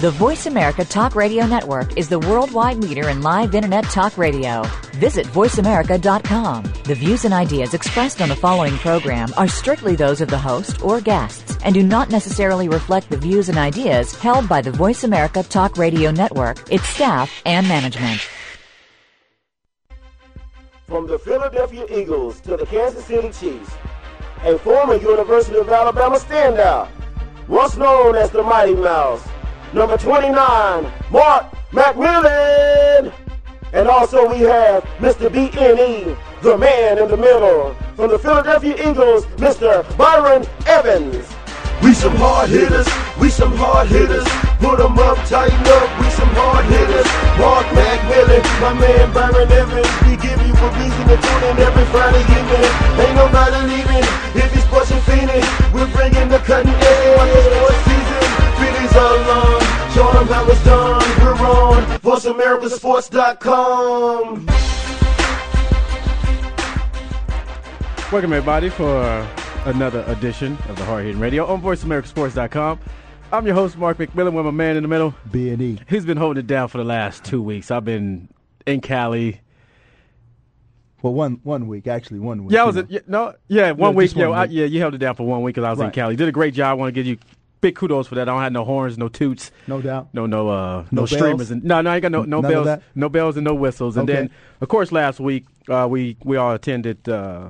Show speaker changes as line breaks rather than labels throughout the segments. The Voice America Talk Radio Network is the worldwide leader in live internet talk radio. Visit voiceamerica.com. The views and ideas expressed on the following program are strictly those of the host or guests and do not necessarily reflect the views and ideas held by the Voice America Talk Radio Network, its staff, and management.
From the Philadelphia Eagles to the Kansas City Chiefs, a former University of Alabama standout, once known as the Mighty Mouse, number 29, Mark McMillan. And also we have Mr. BNE, E, the man in the middle. From the Philadelphia Eagles, Mr. Byron Evans.
We some hard hitters, we some hard hitters. Put 'em up, tighten up, we some hard hitters. Mark McMillan, my man Byron Evans. We give you a reason to tune in every Friday evening. Ain't nobody leaving if it's pushing fiending. We're bringing the cutting edge on this sports season. Fitties all along, show 'em how it's done. We're on VoiceAmericaSports.com.
Welcome everybody for another edition of the Hard Hitting Radio on VoiceAmericaSports.com. I'm your host Mark McMillan with my man in the middle.
B and E.
He's been holding it down for the last two weeks. I've been in Cali.
Well, one one week actually, one week.
Yeah, I was
you
in,
know.
yeah, no, yeah, one
Yeah,
week.
just
yo,
one
I,
week.
yeah, you held it down for one week because I was in
Right.
Cali. Did a great job. I want to give you big kudos for that. I don't have no horns, no toots,
No doubt.
no, no, uh, no,
No bells?
streamers, and no, no, I ain't got no, no
None of
bells,
that?
no bells, and no whistles. And
Okay.
then, of course, last week uh, we we all attended uh,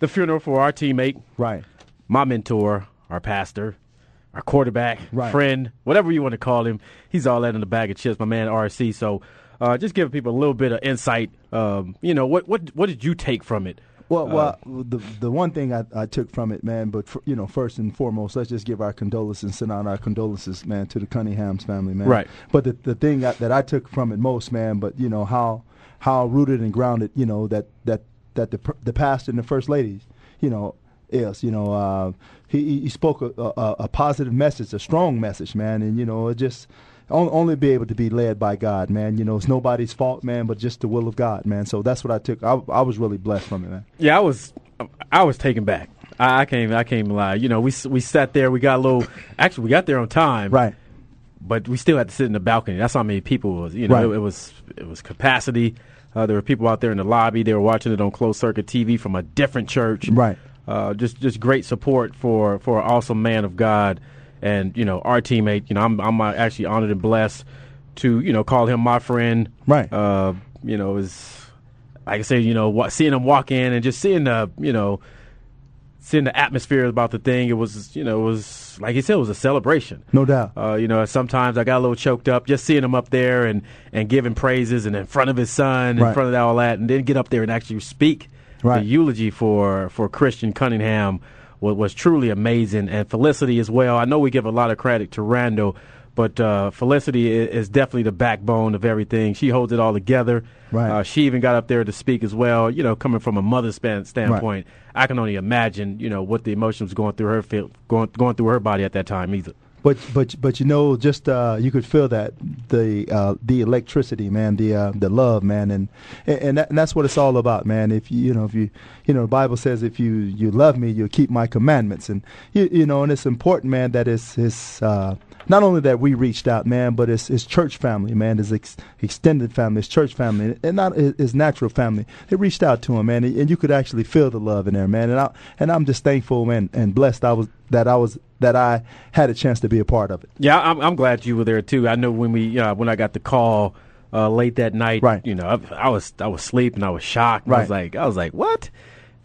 the funeral for our teammate,
Right.
my mentor, our pastor, our quarterback,
Right.
friend, whatever you want to call him. He's all that in a bag of chips, my man RC. So uh, just giving people a little bit of insight. Um, you know, what, what, what did you take from it? Uh,
Well, well, the the one thing I, I took from it, man, but for, you know, first and foremost, let's just give our condolences, send out our condolences, man, to the Cunningham's family, man.
Right.
But the the thing that, that I took from it most, man, but you know how how rooted and grounded, you know, that that that the pr- the pastor and the first ladies, you know, is, you know, uh, he he- he spoke a, a, a positive message, a strong message, man, and you know, it just. on- Only be able to be led by God, man. You know, it's nobody's fault, man, but just the will of God, man. So that's what I took. I, I was really blessed from it, man.
Yeah, I was, I was taken back. I, I can't, I can't even lie. You know, we s- we sat there. We got a little. Actually, we got there on time.
Right.
but we still had to sit in the balcony. That's how many people was. You know,
Right.
it, it was it was capacity. Uh, there were people out there in the lobby. They were watching it on closed circuit TV from a different church.
Right.
Uh, just just great support for for an awesome man of God, and you know our teammate. You know, I'm I'm uh, actually honored and blessed to you know call him my friend.
Right.
Uh, you know is. Like I said, you know, wa- seeing him walk in and just seeing the, you know, seeing the atmosphere about the thing, it was, you know, it was like he said, it was a celebration.
No doubt.
Uh, you know, sometimes I got a little choked up just seeing him up there and, and giving praises and in front of his son, in
Right.
front of all that, and then get up there and actually speak
Right.
the eulogy for, for Christian Cunningham was, was truly amazing. And Felicity as well. I know we give a lot of credit to Randall, but uh, Felicity is, is definitely the backbone of everything. She holds it all together.
Right.
Uh, she even got up there to speak as well. You know, coming from a mother's span, standpoint, I can only imagine, you know, what the emotions going through her feel, going going through her body at that time either.
But but but you know, just uh, you could feel that the uh, the electricity, man, the uh, the love, man, and and, and, that, and that's what it's all about, man. If you, you know, if you you know, the Bible says if you you love me, you'll keep my commandments, and you you know, and it's important, man, that it's it's uh, not only that we reached out, man, but it's it's church family, man, it's ex- extended family, it's church family, and not it- it's natural family. They reached out to him, man, and, and you could actually feel the love in there, man, and I and I'm just thankful, man, and blessed I was that I was that I had a chance to be a part of it.
Yeah, I'm, I'm glad you were there too. I know when we uh, when I got the call uh, late that night,
Right.
You know, I, I was I was sleeping, I was shocked. I was
Right.
like, I was like, what?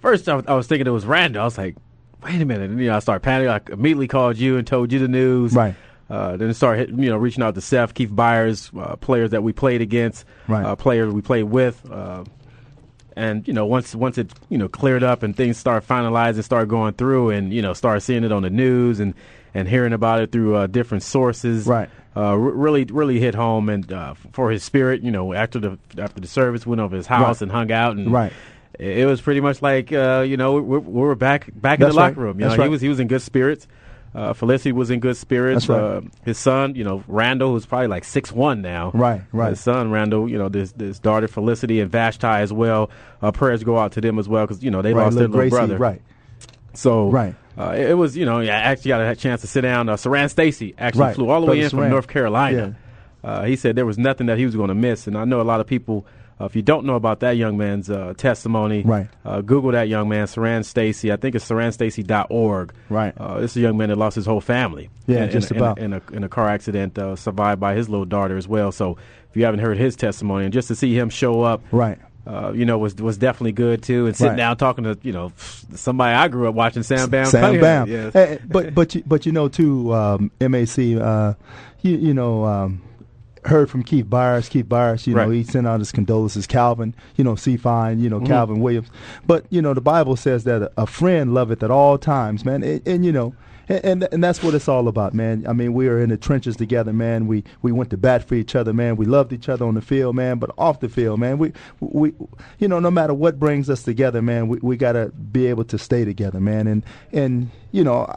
First, I was, I was thinking it was Randall. I was like, wait a minute. And, you know, I started panicking. I immediately called you and told you the news.
Right.
Uh, then started hit- you know reaching out to Seth, Keith Byers, uh, players that we played against,
Right.
uh, players we played with. Uh, and you know once once it you know cleared up and things start finalizing start going through and you know start seeing it on the news and and hearing about it through uh, different sources
Right.
uh, r- really really hit home and uh, f- for his spirit you know after the after the service went over his house
Right.
and hung out and
Right.
it it was pretty much like uh, you know we, we were back back in
That's
the locker
right.
room you
That's
know he
right.
was he was in good spirits Uh, Felicity was in good spirits.
That's right.
Uh, his son, you know, Randall, who's probably like six one now.
Right, right.
His son, Randall, you know, this this daughter Felicity and Vashti as well. Uh, prayers go out to them as well because you know they
right,
lost
little
their little brother.
Gracie, right.
So
Right.
uh, it it was you know yeah, I actually got a chance to sit down. Uh, Saran Stacy actually
Right.
flew all the way in
Brother Saran.
from North Carolina. Uh, he said there was nothing that he was going to miss, and I know a lot of people. Uh, if you don't know about that young man's uh, testimony,
Right.
uh, Google that young man, Saran Stacy. I think it's saranstacy.org.
Right.
Uh, this is a young man that lost his whole family.
Yeah,
in,
just
in,
about.
In a, in a, in a car accident, uh, survived by his little daughter as well. So if you haven't heard his testimony, and just to see him show up,
Right.
uh, you know, was was definitely good too. And sitting
Right.
down talking to you know somebody I grew up watching, Sam Bam.
Sam
Cunningham.
Bam.
Yes.
Eh, eh, but but you, but you know too, um, MAC. Uh, you you know. Um, Heard from Keith Byers. Keith Byers, you know,
Right.
he sent out his condolences. Calvin, you know, C. Fine, you know, Calvin Williams. But you know, the Bible says that a, a friend loveth at all times, man. And, and you know, and, and and that's what it's all about, man. I mean, we are in the trenches together, man. We we went to bat for each other, man. We loved each other on the field, man. But off the field, man, we we you know, no matter what brings us together, man, we, we gotta be able to stay together, man. And and you know,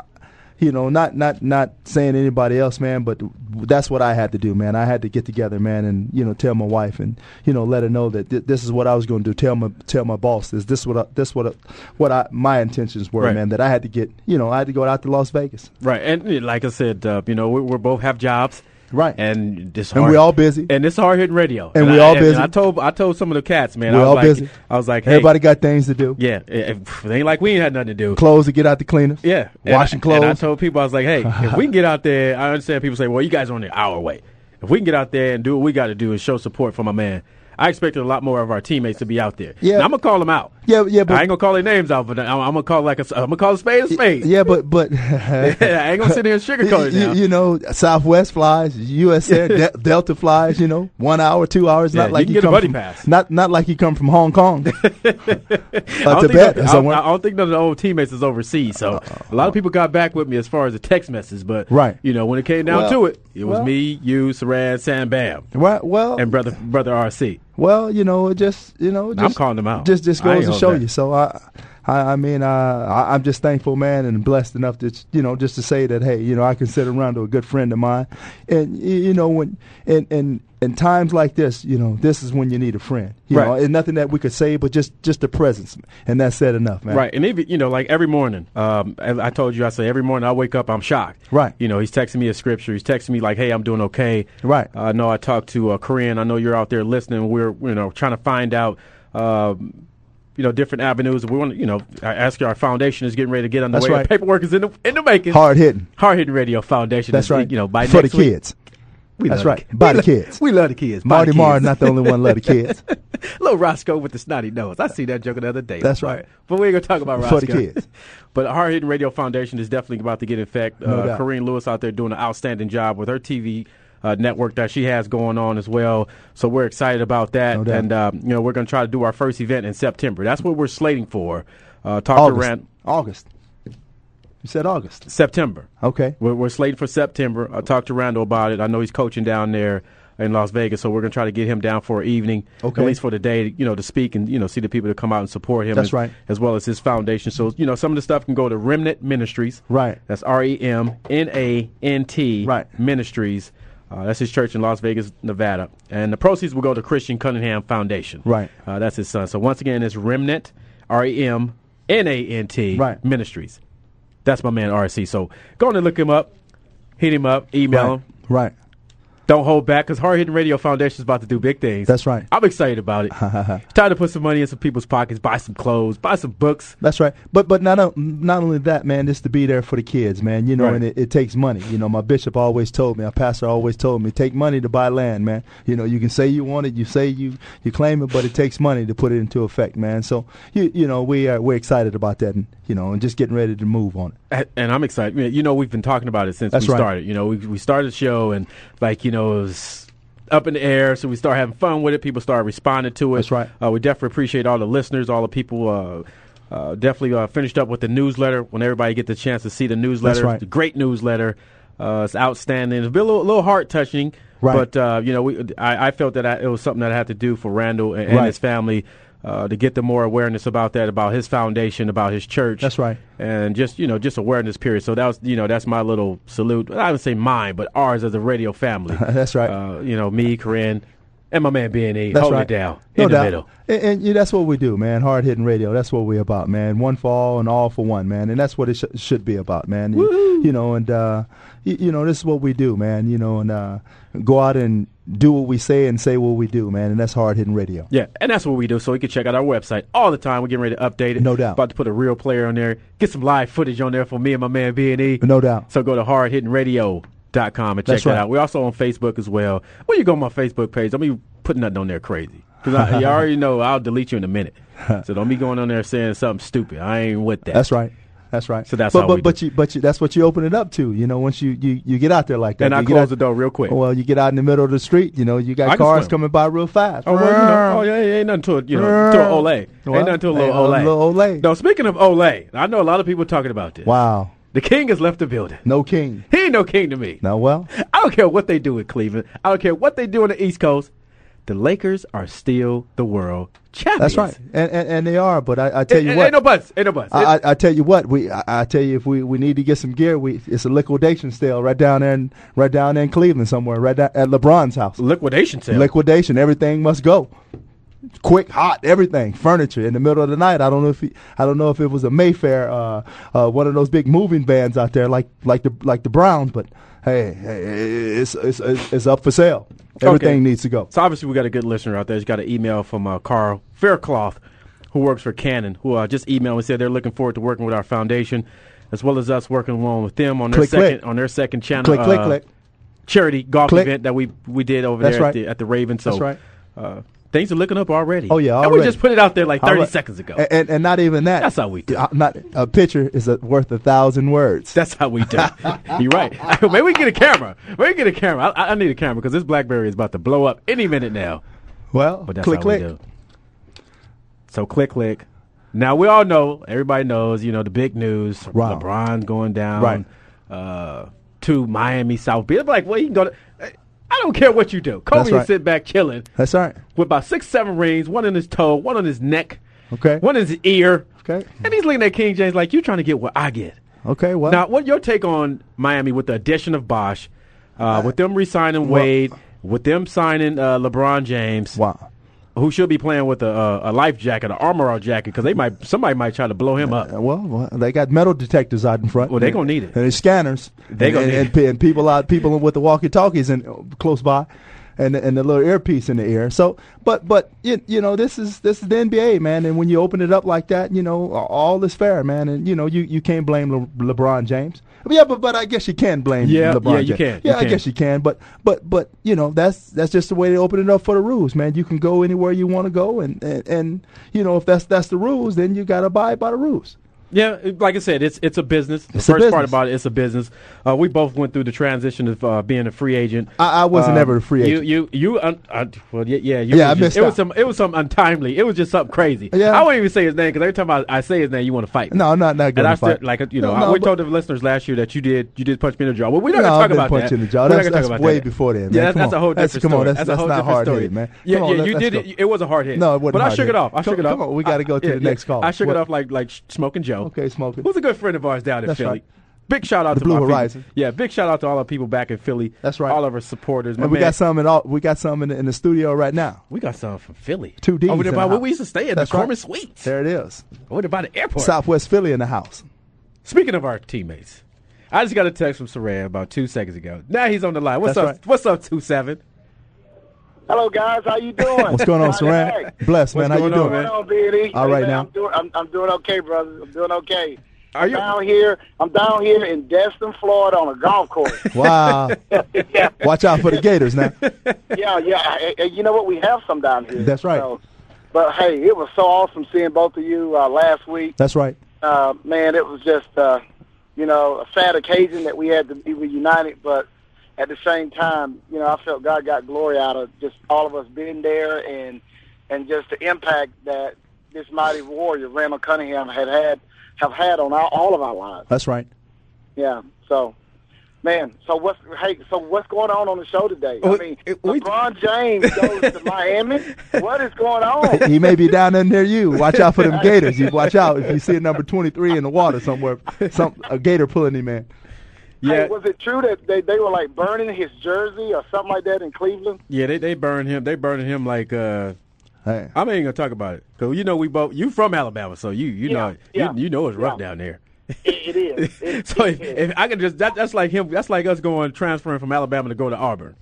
you know, not not not saying anybody else, man, but that's what I had to do, man. I had to get together, man, and you know, tell my wife and you know, let her know that th- this is what I was going to do. Tell my tell my boss this. This what I, this what I, what I, my intentions were,
Right.
man. That I had to get, you know, I had to go out to Las Vegas.
Right, and eh, like I said, uh, you know, we, we both have jobs.
Right.
and this
And
hard-
we all busy.
and it's hard hitting radio,
And
I,
we all
And
busy.
I told I told some of the cats, man,
We're
I was
all
like,
busy.
I was like, hey,
Everybody got things to do.
yeah, eh, eh, it ain't like we ain't had nothing to do.
Clothes to get out the cleaners.
Yeah, And
washing
I- And I
clothes.
told people, I was like, hey, if we can get out there, I understand people say, well, you guys are on the hour way. If we can get out there and do what we got to do and show support for my man, I expected a lot more of our teammates to be out there.
Yeah.
Now, I'm gonna call them out.
Yeah, yeah, but-
I ain't gonna call their names out, but I'm, I'm gonna call like a, I'm gonna call a spade a spade.
yeah, but but
I ain't gonna sit there and sugarcoat it.
You-
now.
You, you know, Southwest flies, U.S. Air, De- Delta flies. You know, one hour, two hours.
Yeah,
not
you
like
can get a
come
buddy
from,
pass.
Not not like you come from Hong Kong, uh,
I don't, think
Tibet.
none-
or
I,
somewhere.
I don't think none of the old teammates is overseas, so a lot of people got back with me as far as the text message. But
Right.
you know, when it came down
Well,
to it, it was
well-
me, you, Saran, Sam, Bam,
Right. Well,
and brother brother RC.
well, you know, it just you know, just,
calling them out.
Just just
I ain't
goes to
holding
show
back.
you. So I, I, I mean, uh, I, I'm just thankful, man, and blessed enough to you know just to say that hey, you know, I consider Rondo a good friend of mine, and y- you know when and and. In times like this, you know, this is when you need a friend. You
Right.
know, and nothing that we could say, but just just the presence, and that's said enough, man.
Right, and even you know, like every morning, um, as I told you, I say every morning I wake up, I'm shocked.
Right.
You know, he's texting me a scripture. He's texting me like, "Hey, I'm doing okay."
Right.
I know I talked to uh, Korean. I know you're out there listening. We're you know trying to find out. Um, you know, different avenues. We want to, you know, I ask you, our foundation is getting ready to get underway.
That's
The
right.
Paperwork is in the in the making.
Hard hitting.
Hard hitting radio foundation.
That's
is,
right.
You know, by
for
next
the
week-
kids.
We love
That's
the
right.
ki-
By
we
the
lo-
kids.
We love the kids. By
Marty
the
Marr
kids.
not the only one love the kids.
Little Roscoe with the snotty nose. I see that joke the other day.
That's
All
right.
But we ain't gonna talk about Roscoe.
For the kids.
but Hard Hitting Radio Foundation is definitely about to get in fact. uh,
doubt.
Corrine Lewis out there doing an outstanding job with her TV uh, network that she has going on as well. So we're excited about that,
doubt.
and uh, you know we're gonna try to do our first event in September. That's what we're slating for. Uh, talk to
August.
Rand
August. You said August.
September.
Okay.
We're, we're slated for September. I talked to Randall about it. I know he's coaching down there in Las Vegas, so we're going to try to get him down for an evening,
Okay.
at least for the day, you know, to speak and you know see the people to come out and support him.
That's
as,
right.
as well as his foundation. So you know, some of the stuff can go to Remnant Ministries.
Right.
That's R E M N A N T.
Right.
Ministries. Uh, that's his church in Las Vegas, Nevada, and the proceeds will go to Christian Cunningham Foundation.
Right.
Uh, that's his son. So once again, it's Remnant R E M N A N T.
Right.
Ministries. That's my man RC. So go on and look him up, hit him up, email him.
Right.
Don't hold back because Hard Hitting Radio Foundation is about to do big things.
That's right.
I'm excited about it. it's time to put some money in some people's pockets, buy some clothes, buy some books.
That's right. But but not o- not only that, man, just to be there for the kids, man. You know,
Right.
and it, it takes money. You know, my bishop always told me, our pastor always told me, take money to buy land, man. You know, you can say you want it, you say you you claim it, but it takes money to put it into effect, man. So you you know we are we're excited about that, and you know, and just getting ready to move on it.
A- And I'm excited. You know, You know, we've been talking about it since
That's
we
right.
started. You know, we, we started the show and, like, you know, it was up in the air. So we started having fun with it. People started responding to it.
That's right.
Uh, we definitely appreciate all the listeners, all the people. Uh, uh, definitely uh, finished up with the newsletter when everybody get the chance to see the newsletter.
That's right.
The great newsletter. Uh, it's outstanding. It's been a little, little heart touching.
Right.
But, uh, you know, we, I, I felt that I, it was something that I had to do for Randall and, and
Right.
his family. uh, to get the more awareness about that, about his foundation, about his church.
That's right.
And just you know, just awareness period. So that was you know, that's my little salute. I would say mine, but ours as a radio family.
That's right.
Uh, you know, me, Corinne, and my man B and E.
That's
Hold
right.
it down
No
in
doubt.
the middle.
And, and, yeah, that's what we do, man. Hard hitting radio. That's what we're about, man. One for all and all for one, man. And that's what it sh- should be about, man. You, you know, and uh, you, you know, this is what we do, man. You know, and uh, go out and do what we say and say what we do, man. And that's hard hitting radio.
Yeah, and that's what we do. So you can check out our website all the time. We're getting ready to update it.
No doubt.
About to put a real player on there. Get some live footage on there for me and my man B and E.
No doubt.
So go to hardhittingradio.com and check
That's
that
right.
out. We're also on Facebook as well. When you go on my Facebook page, don't be putting nothing on there crazy. Because you already know I'll delete you in a minute. So don't be going on there saying something stupid. I ain't with that.
That's right. That's right.
So that's
but
how
but
we
but you but you that's what you open it up to. You know, once you you, you get out there like that,
And I
You get
close
out-
the door real quick.
Well, you get out in the middle of the street. You know, you
I
got
can
cars
swim.
coming by real fast.
Oh, well, you know, oh yeah, yeah, ain't nothing to it, you know, to an Olay.
Well,
Ain't nothing to a little
hey, a
Olay.
little Olay.
No, speaking of Olay, I know a lot of people talking about this.
Wow.
The king has left the building.
No king.
He ain't no king to me.
Now, well,
I don't care what they do in Cleveland. I don't care what they do on the East Coast. The Lakers are still the world champions.
that's right, and, and and they are. But I, I tell
Ain't,
you
ain't
what,
no buts. Ain't no buts.
I, I, I tell you what, we I, I tell you if we, we need to get some gear, we it's a liquidation sale right down there, in, right down there in Cleveland somewhere, right down, at LeBron's house.
liquidation sale.
Liquidation, everything must go. Quick, hot, everything, furniture in the middle of the night. I don't know if he, I don't know if it was a Mayfair, uh, uh, one of those big moving vans out there, like like the like the Browns. But hey, hey it's, it's it's it's up for sale. Everything needs to go.
So obviously we got a good listener out there. Just got an email from uh, Carl Faircloth, who works for Canon, who uh, just emailed and said they're looking forward to working with our foundation, as well as us working along with them on their
Click, click.
second on their second channel.
Click, click,
uh,
click.
Charity golf
Click.
event that we we did over
That's
there
right.
at, the, at the Raven. So
That's right.
uh, things are looking up already.
Oh, yeah,
And we
already.
just put it out there like thirty
All right.
seconds ago.
A- and, and not even that.
That's how we do it.
Uh, Not a picture is uh worth a thousand words.
That's how we do. it. You're right. Maybe we can get a camera. Maybe we can get a camera. I, I need a camera because this BlackBerry is about to blow up any minute now.
well,
But that's
click,
how
click.
we do. So click, click. Now we all know. Everybody knows. You know the big news.
Wow.
LeBron's going down.
Right.
Uh, to Miami South Beach. I'm like, well, you can go to. I don't care what you do. Kobe
That's
can
right.
sit back chilling
That's all right.
with about six, seven rings, one in his toe, one on his neck,
Okay.
one in his ear.
Okay.
And he's looking at King James like, you trying to get what I get.
Okay, well,
Now, what your take on Miami with the addition of Bosch, uh, with them re-signing Wade, with them signing uh, LeBron James,
wow.
who should be playing with a, a, a life jacket, an armor out jacket, because they might somebody might try to blow him up.
Uh, Well, well, they got metal detectors out in front.
Well, they gonna need it.
And there's scanners.
They
and,
gonna
and,
need
and, pe- and people out, people with the walkie-talkies and uh, close by, and and the little earpiece in the ear. So, but but you, you know this is this is the NBA, man. And when you open it up like that, you know a- all is fair, man. And you know you, you can't blame Le- LeBron James. But yeah, but but I guess you can blame
Yeah,
LeBron.
yeah, you
James.
can,
Yeah,
you
I
can.
guess you can. But but but you know that's that's just the way they open it up for the rules, man. You can go anywhere you want to go, and, and and you know if that's that's the rules, then you got to abide by the rules.
Yeah, it- like I said, it's it's a business. The
It's a
first part
business.
about it, it's a business. Uh, we both went through the transition of uh, being a free agent.
I- I wasn't
Um,
ever a free agent.
You you you un, uh, well yeah yeah you was
Yeah, I
just-
missed
it was
out.
some it was some untimely. It was just something crazy.
Yeah.
I won't even say his name because every time I, I say his name, you want to fight. me.
No, I'm not not
And
going
I
to
still,
fight.
like you know,
No,
I,
no,
we
but-
told the listeners last year that you did you did punch me in the jaw. Well, we're not
No,
gonna
I've
talk
been
about
punched
that.
in the jaw.
We're
That's-
not gonna
that's
talk about
way
that.
before then, man.
Yeah, that's,
Come
that's a
on.
whole different
That's- come on,
story.
that's-
a
that's
whole
not
different
hard
story.
hitting, man.
Yeah,
Come
yeah,
on, let-
you
let's
did
go.
it. It was a hard hit.
No, it wasn't
But I
hard
shook
hit.
it off. I shook
Come-
it off.
come on, we gotta
I-
go to
yeah,
the
yeah.
next call.
I shook
What-
it off like like smoking Joe.
Okay, smoking.
Who's a good friend of ours down in
That's
Philly?
right.
Big shout out
The
to
Blue
my people.
Horizon.
Yeah, big shout out to all our people back in Philly.
That's right.
All of our supporters. My
And we
man-
got some in all. We got some in the, in the studio right now.
We got some from Philly.
Two Ds
Over there
in
by
the
where
house.
we used to stay at
That's
the Corman
right.
Suites.
There it is.
Over there by the airport.
Southwest Philly in the house.
Speaking of our teammates, I just got a text from Saran about two seconds ago. Now he's on the line. What's
That's
up?
right.
What's up, two seven?
Hello, guys. How you doing?
What's going on,
How's
Saran?
that?
Blessed, man.
What's
How you
going on,
doing?
man?
What's going on, BD?
All right, now.
I'm doing, I'm, I'm doing okay, brother. I'm doing okay.
Are you-
down here? I'm down here in Destin, Florida, on a golf course.
Wow.
yeah,
Watch out for the Gators now.
yeah, yeah. And- and you know what? We have some down here.
That's right.
So- but hey, it was so awesome seeing both of you uh, last week.
That's right.
Uh, man, it was just uh, you know a sad occasion that we had to be reunited, but at the same time, you know, I felt God got glory out of just all of us being there and and just the impact that this mighty warrior Randall Cunningham had had have had on our, all of our lives.
That's right.
Yeah, so Man, so what's hey? So what's going on on the show today?
We-
I mean,
we-
LeBron James goes to Miami. What is going on?
he may be down in near you. Watch out for them gators. You watch out if you see a number 23 in the water somewhere, some a gator pulling him in.
Yeah,
Hey, was it true that they, they were like burning his jersey or something like that in Cleveland?
yeah. They they burned him. They burned him like. uh
Hey.
I'm ain't gonna talk about it because you know we both. You from Alabama, so you you know
yeah,
you, you know it's rough
yeah.
down there.
It, it is. It-
so if,
it is.
if I could just that, that's like him. That's like us going transferring from Alabama to go to Auburn.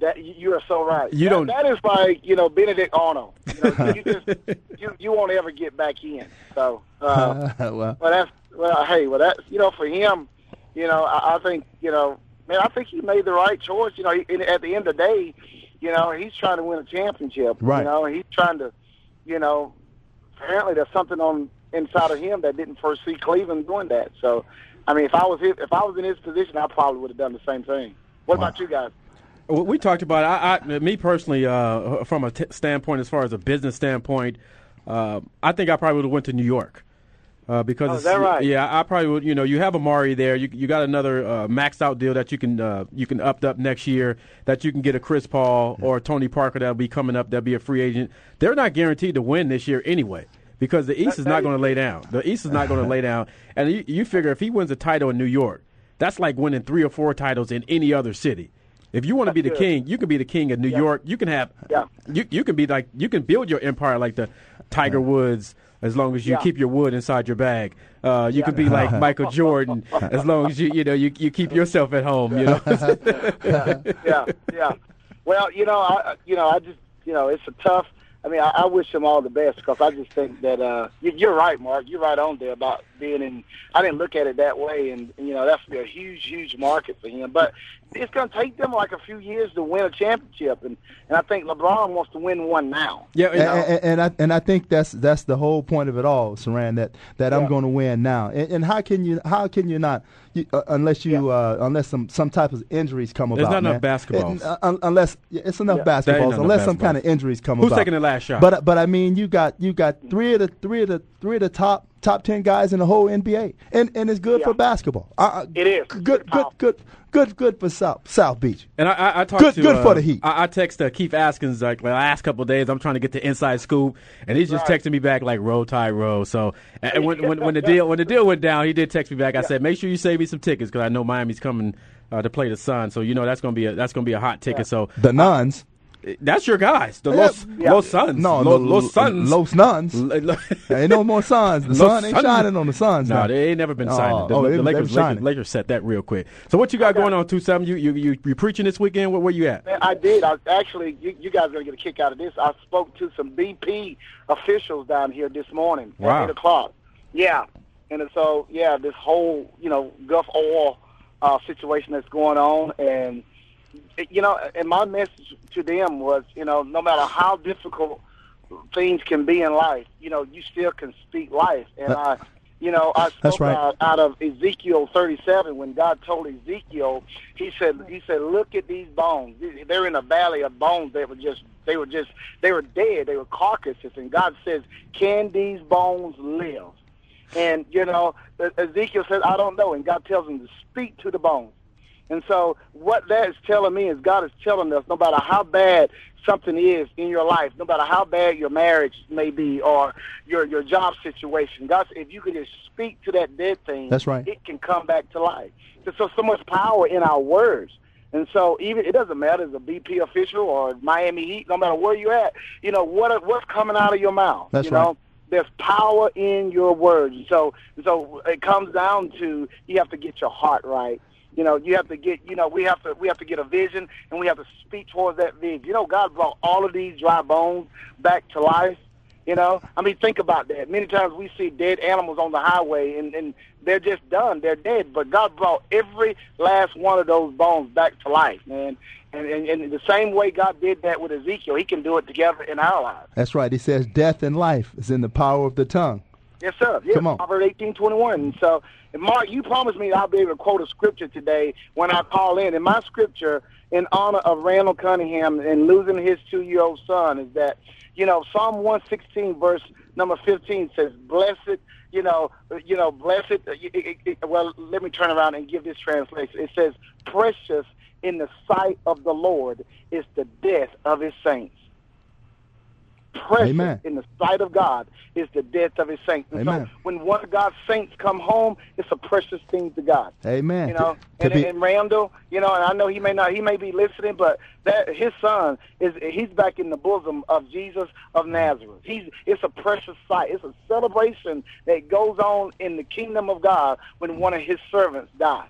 That you you are so right.
You
That-
don't-
That is like you know Benedict Arnold. You, know, you just you, you won't ever get back in. So uh,
Uh-huh.
well,
well, that's well. Hey, well that's you know for him. You know, I, I think you know, man. I think he made the right choice. You know, he, and at the end of the day, you know, he's trying to win a championship.
Right.
You know, he's trying to, you know, apparently there's something on inside of him that didn't foresee Cleveland doing that. So, I mean, if I was his, if I was in his position, I probably would have done the same thing. What about you guys?
Well, We talked about it. I, I, me personally, uh, from a t- standpoint, as far as a business standpoint, uh, I think I probably would have went to New York uh, because
Oh, is
it's-
that right?
yeah, I probably would. You know, you have Amari there. You you got another uh, maxed out deal that you can uh, you can up up next year. That you can get a Chris Paul or a Tony Parker that'll be coming up. That'll be a free agent. They're not guaranteed to win this year anyway. Because the East is not going to lay down. The East is not going to lay down. And you, you figure if he wins a title in New York, that's like winning three or four titles in any other city. If you want to be the king, you can be the king of New York. You can have,
Yeah.
you you can be like you can build your empire like the Tiger Woods as long as you
Yeah.
keep your wood inside your bag. Uh, you can be like Michael Jordan as long as you you know you you keep yourself at home. You know,
yeah, yeah. Well, you know, I you know, I just you know, it's a tough. I mean, I, I wish him all the best because I just think that uh, you, you're right, Mark. You're right on there about being in. I didn't look at it that way, and you know, that's a huge, huge market for him. But it's going to take them like a few years to win a championship, and and I think LeBron wants to win one now.
yeah. and-
and, and, and I and I think that's that's the whole point of it all, Saran. That that I'm
Yeah.
going to win now. And, and how can you how can you not you, uh, unless you uh, unless some some type of injuries come
There's not
about? man.
enough basketballs.
And, uh, un- unless yeah, it's enough
There ain't
basketballs.
not enough
unless some kind
basketballs.
of injuries come
Who's
about.
taking the last shot?
But but I mean, you got you got three of the three of the three of the top top ten guys in the whole NBA, and and it's good
Yeah.
for basketball. Uh, uh,
It is.
good
It's
good
powerful.
good good good for South South Beach.
And I, I, I talked
Good-
to
good
uh,
for the Heat.
I, I text uh, Keith Askins like the last couple of days. I'm trying to get the inside scoop, and he's just
Right.
texting me back like row tie row. So and and when, when when the deal when the deal went down, he did text me back. I said, make sure you save me some tickets because I know Miami's coming uh, to play the Sun. So you know that's gonna be a, that's gonna be a hot ticket. So
The nuns.
that's your guys, the Los
Yeah.
Los Suns.
No,
Los,
no,
Los Suns.
Los nuns.
L- L-
Ain't no more suns. The
Los
sun ain't
Suns.
shining on the suns.
No,
now.
they ain't never been signing. The,
oh,
the
they- they
Lakers,
been
Lakers,
shining.
Lakers set that real quick. So what you got going on, two seven? You you you you preaching this weekend? Where, where you at?
Man, I did. I actually, you, you guys are gonna get a kick out of this. I spoke to some BP officials down here this morning
Wow.
at eight o'clock. Yeah, and so yeah, this whole you know Gulf oil uh, situation that's going on, and you know, and my message to them was, you know, no matter how difficult things can be in life, you know, you still can speak life, and I. You know, I spoke
That's right.
out, out of Ezekiel 37 when God told Ezekiel, he said, he said, look at these bones. They're in a valley of bones. They were just, they were just, they were dead. They were carcasses. And God says, can these bones live? And you know, E- Ezekiel says, I don't know. And God tells him to speak to the bones. And so what that is telling me is God is telling us no matter how bad something is in your life, no matter how bad your marriage may be or your your job situation, God said, if you could just speak to that dead thing,
That's right.
it can come back to life. There's so so much power in our words. And so even it doesn't matter as a BP official or Miami Heat, no matter where you're at, you know, what what's coming out of your mouth.
That's
you
right.
know? there's power in your words. So so it comes down to you have to get your heart right. You know, you have to get you know, we have to we have to get a vision and we have to speak towards that vision. You know, God brought all of these dry bones back to life. You know, I mean, think about that. Many times we see dead animals on the highway, and, and they're just done. They're dead. But God brought every last one of those bones back to life, man. And, and, and the same way God did that with Ezekiel, He can do it together in our lives.
That's right. He says death and life is in the power of the tongue.
Yes, sir. Yeah,
Come on.
Proverbs eighteen twenty one. And so, and Mark, you promised me I'll be able to quote a scripture today when I call in. And my scripture in honor of Randall Cunningham and losing his two year old son is that, you know, Psalm 116, verse number 15 says, Blessed you know, you know, blessed. uh, It, it, it, well, let me turn around and give this translation. It says, "Precious in the sight of the Lord is the death of His saints." Precious
Amen.
in the sight of God is the death of His saints. And
Amen.
so, when one of God's saints come home, it's a precious thing to God.
Amen.
You know,
To- to
and,
be-
and Randall, you know, and I know he may not, he may be listening, but that his son is, he's back in the bosom of Jesus of Nazareth. He's, it's a precious sight. It's a celebration that goes on in the kingdom of God when one of his servants dies.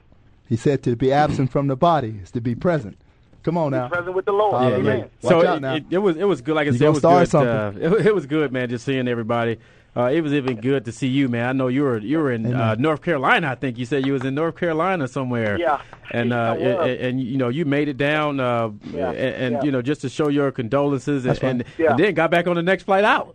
He said to be absent from the body is to be present. Come on now.
Present with the Lord.
Hallelujah.
Amen.
Watch
so
out
it,
now.
It, it was it was good. Like I
You
said, it was
gonna
good.
start
Uh, it, was good, man. Just seeing everybody. Uh, it was even good to see you, man. I know you were you were in uh, North Carolina. I think you said you was in North Carolina somewhere.
Yeah.
and
Yeah, I
uh,
was.
and, and, you know you made it down. Uh,
Yeah.
and, and,
Yeah.
you know just to show your condolences, and,
right.
and,
Yeah.
and then got back on the next flight out.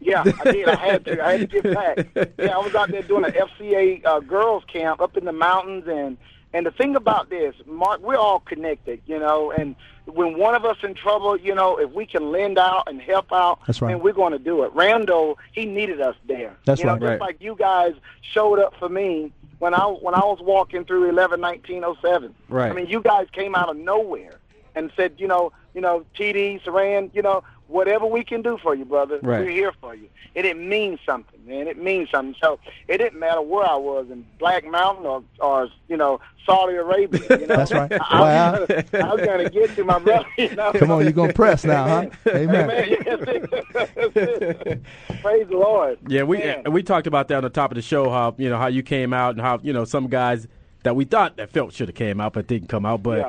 Yeah, I did. I had to. I had to get back. Yeah, I was out there doing an FCA uh, girls camp up in the mountains, and and the thing about this, Mark, we're all connected, you know. And when one of us in trouble, you know, if we can lend out and help out,
That's right.
then we're going to do it. Randall, he needed us there.
That's
you know,
right.
Just
Right.
like you guys showed up for me when I when I was walking through eleven nineteen oh seven.
Right.
I mean, you guys came out of nowhere and said, you know, you know, TD, Saran, you know, whatever we can do for you, brother,
Right.
we're here for you. And it means something, man. It means something. So it didn't matter where I was in Black Mountain or, or you know, Saudi Arabia. You know?
That's right.
I, was gonna- I was going to get to my brother. You know?
Come on, you're going to press now, huh? Amen.
Man, yes, it- Praise the Lord.
Yeah, we
Man.
and we talked about that on the top of the show. How you know how you came out and how you know some guys that we thought that felt should have came out but didn't come out. But
Yeah.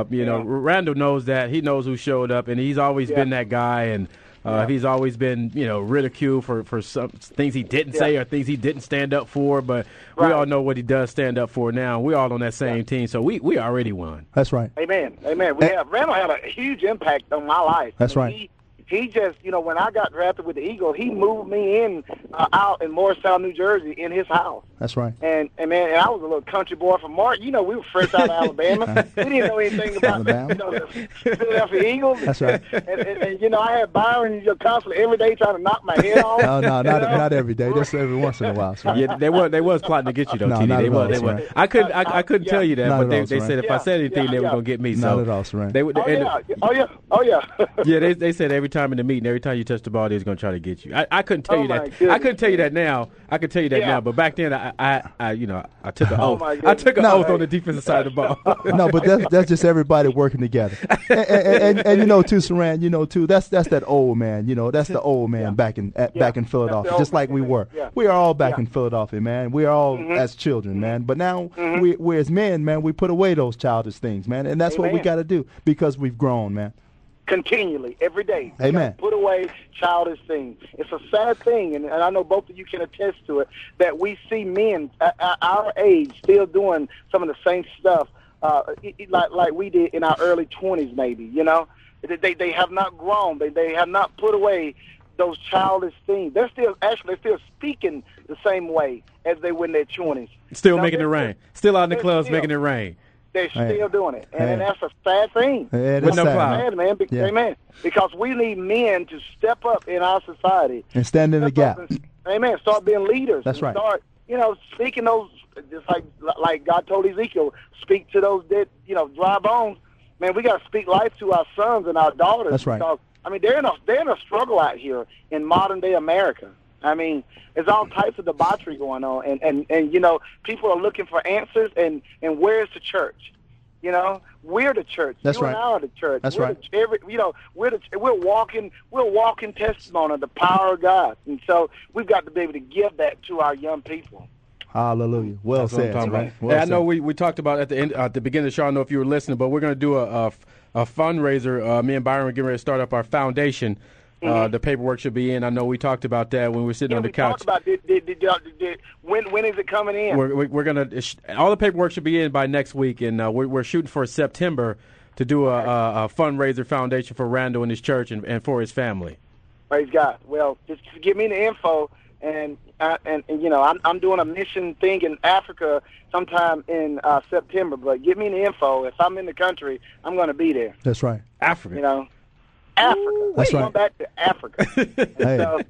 uh, you know,
Yeah.
Randall knows that he knows who showed up, and he's always
Yeah.
been that guy. And uh, he's always been you know ridiculed for for some things he didn't say
Yeah.
or things he didn't stand up for. But we
Right.
all know what he does stand up for now. We all on that same team, so we we already won.
That's right.
Amen. Amen. We
And-
have Randall had a huge impact on my life.
Eh. That's
I
right.
mean, He, he just, you know, when I got drafted with the Eagles, he moved me in uh, out in Morristown, New Jersey, in his house.
That's right.
And, and man, and I was a little country boy from Mark. You know, we were fresh out of Alabama. we didn't know anything about
Alabama.
you know, the Philadelphia Eagles.
That's right.
And, and, and, you know, I had Byron your constantly every day trying to knock my head off.
No, no,
you
not,
know?
not every day. Just every once in a while. That's right.
Yeah, they were they was plotting to get you though,
No,
TD.
not
They
at
were,
all,
they
Saran.
were. I couldn't I, I couldn't
Yeah.
tell you that,
Not
but
at
they,
all,
they
Saran.
said if I
Yeah,
said anything,
yeah,
they were
yeah.
gonna get me.
Not
so
at all, Saran.
They would.
Oh,
and-
yeah. Oh, yeah. Oh, yeah.
Yeah, they they said every time in the meeting, every time you touch the ball, they're going to try to get you. I, I couldn't tell
Oh,
you
my
that. I
goodness.
couldn't tell you that now. I could tell you that
Yeah. Oh
now, but back then, I, I, I you know, I took an oath.
my
I
goodness.
took an
No.
oath on the defensive side of the ball.
no, but that's that's just everybody working together. And, and, and, and you know too, Saran, you know too, that's that's that old man. You know, that's the old man back in at, back in
That's the
Philadelphia,
old
just like we
man.
were.
Yeah.
We are all back
Yeah. Mm-hmm.
in Philadelphia, man. We are all as children, man. But now we, we as men, man, we put away those childish things, man, and that's what we
Amen.
got to do because we've grown, man.
continually every day. You
Amen.
gotta Put away childish things. It's a sad thing, and, and I know both of you can attest to it that we see men at, at our age still doing some of the same stuff, uh, it- it- like like we did in our early twenties, maybe. You know, they they- they have not grown. They they have not put away those childish things. They're still actually they're still speaking the same way as they were in their twenties.
Still
Now,
making it
they're-
rain. Still out in the
they're
clubs
still-
making it rain.
They're
Hey.
still doing it, and, and
Hey.
that's a sad thing.
Yeah,
With
that's
no
sad,
clout.
man.
Amen, man. Be-
Yeah.
Amen. Because we need men to step up in our society.
And stand in the
Step up
gap.
and- amen. Start being leaders.
That's
And
right.
Start, you know, speaking those, just like like God told Ezekiel, speak to those dead, you know, dry bones. Man, we got to speak life to our sons and our daughters.
That's right.
Because, I mean, they're in a they're in a struggle out here in modern day America. I mean, there's all types of debauchery going on, and and and you know, people are looking for answers. And and where's the church? You know, we're the church.
That's
you and
right.
I are the church.
That's
we're
right.
The, every, you know, we're the, we're walking we're walking testimony of the power of God, and so we've got to be able to give that to our young people.
Hallelujah. Well
That's what I'm
said.
talking
Saran.
about. yeah,
Well
I
said.
know we, we talked about at the end at the beginning of the show. I don't know if you were listening, but we're going to do a, a f- a fundraiser. Uh, me and Byron are getting ready to start up our foundation. Uh, the paperwork should be in. I know we talked about that when we were sitting
Mm-hmm. Yeah,
on the
we
couch.
talked about did, did, did, did, did, when when is it coming in?
we're, we're- we're gonna it's- all the paperwork should be in by next week, and uh, we're, we're shooting for September to do a, a, a fundraiser foundation for Randall and his church and, and for his family.
Praise God. Well, just give me the info, and I, and, and you know I'm I'm doing a mission thing in Africa sometime in uh, September. But give me the info. If I'm in the country, I'm going to be there.
That's right.
Africa.
You know, Africa.
That's
We're
right.
Going back to Africa.
Hey.
So,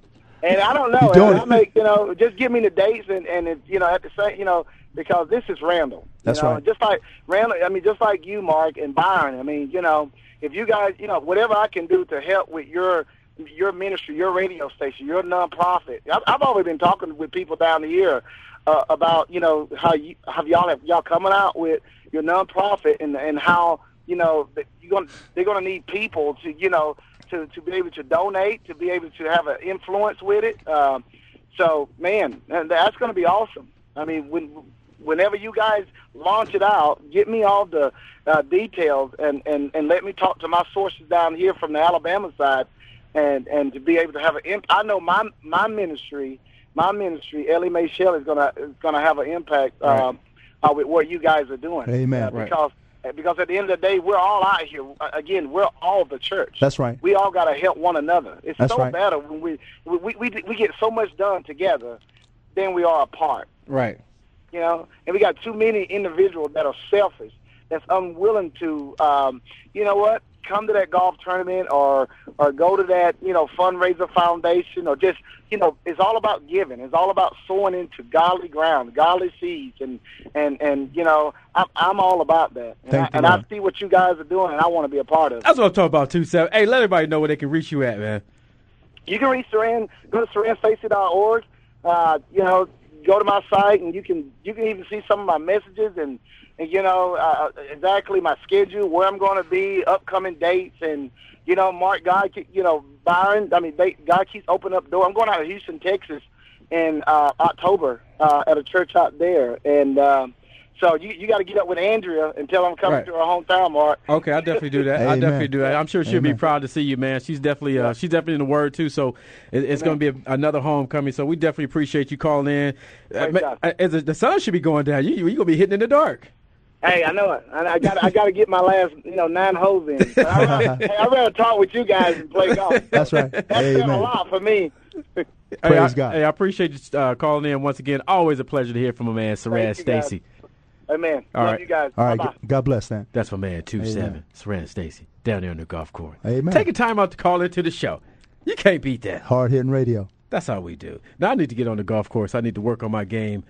And I don't know.
doing
and I
it.
make, you know, just give me the dates and and it, you know at the same you know because this is Randall.
That's
you know?
right.
Just like Randall, I mean, just like you, Mark and Byron. I mean, you know, if you guys, you know, whatever I can do to help with your your ministry, your radio station, your nonprofit. I've, I've always been talking with people down the year uh, about you know how you have y'all have y'all coming out with your nonprofit and and how you know that you're going they're going to need people to you know to to be able to donate to be able to have an influence with it. Um, so man, and that's going to be awesome. I mean, when whenever you guys launch it out, get me all the uh, details and, and, and let me talk to my sources down here from the Alabama side and, and to be able to have an imp- I know my my ministry, my ministry, Ellie Mae Shelley is gonna is gonna have an impact um, uh, with what you guys are doing.
Amen.
Uh,
Right.
Because because at the end of the day, we're all out here. Uh, Again, we're all the church.
That's right.
We all got to help one another. It's
That's
so
right.
better when we we, we we we get so much done together than we are apart
Right.
you know. And we got too many individuals that are selfish, that's unwilling to, um, you know what, come to that golf tournament or or go to that you know fundraiser foundation or just you know it's all about giving. It's all about sowing into godly ground, godly seeds, and and and you know I'm I'm all about that. And,
Thank
I,
you,
and I
Lord.
see what you guys are doing, and I want to be a part of. it.
That's what I'm talking about too, Seth. Hey, let everybody know where they can reach you at, man.
You can reach Saran. Go to saranstacy.org. Uh, you know, go to my site, and you can you can even see some of my messages and, and you know uh, exactly my schedule, where I'm going to be, upcoming dates, and you know, Mark God, ke- you know Byron. I mean, they, God keeps opening up door. I'm going out of Houston, Texas, in uh, October uh, at a church out there, and um, so you you got to get up with Andrea and tell her I'm coming
Right.
to her hometown, Mark.
Okay, I'll definitely do that. I'll
Amen.
definitely do that. I'm sure she'll be
Amen.
proud to see you, man. She's definitely uh, she's definitely in the word too. So it, it's going to be a, another homecoming. So we definitely appreciate you calling in. Uh,
Praise
ma-
God.
uh, as the- the sun should be going down. You you you gonna be hitting in the dark.
Hey, I know it. I, I got I got to get my last you know nine holes in. But I rather, hey, I rather talk with you guys and play golf.
That's right.
That's been a
Amen.
lot for me.
hey, I,
Praise God.
Hey, I appreciate you uh, calling in once again. Always a pleasure to hear from a man, Saran
Thank you, guys.
Stacy.
Amen.
All
Love
right.
you guys.
All right.
Bye bye.
g- God bless that.
That's my man, two seven, Saran Stacy, down there on the golf course.
Amen.
Take your time out to call into the show. You can't beat that.
Hard hitting radio.
That's how we do. Now I need to get on the golf course. I need to work on my game.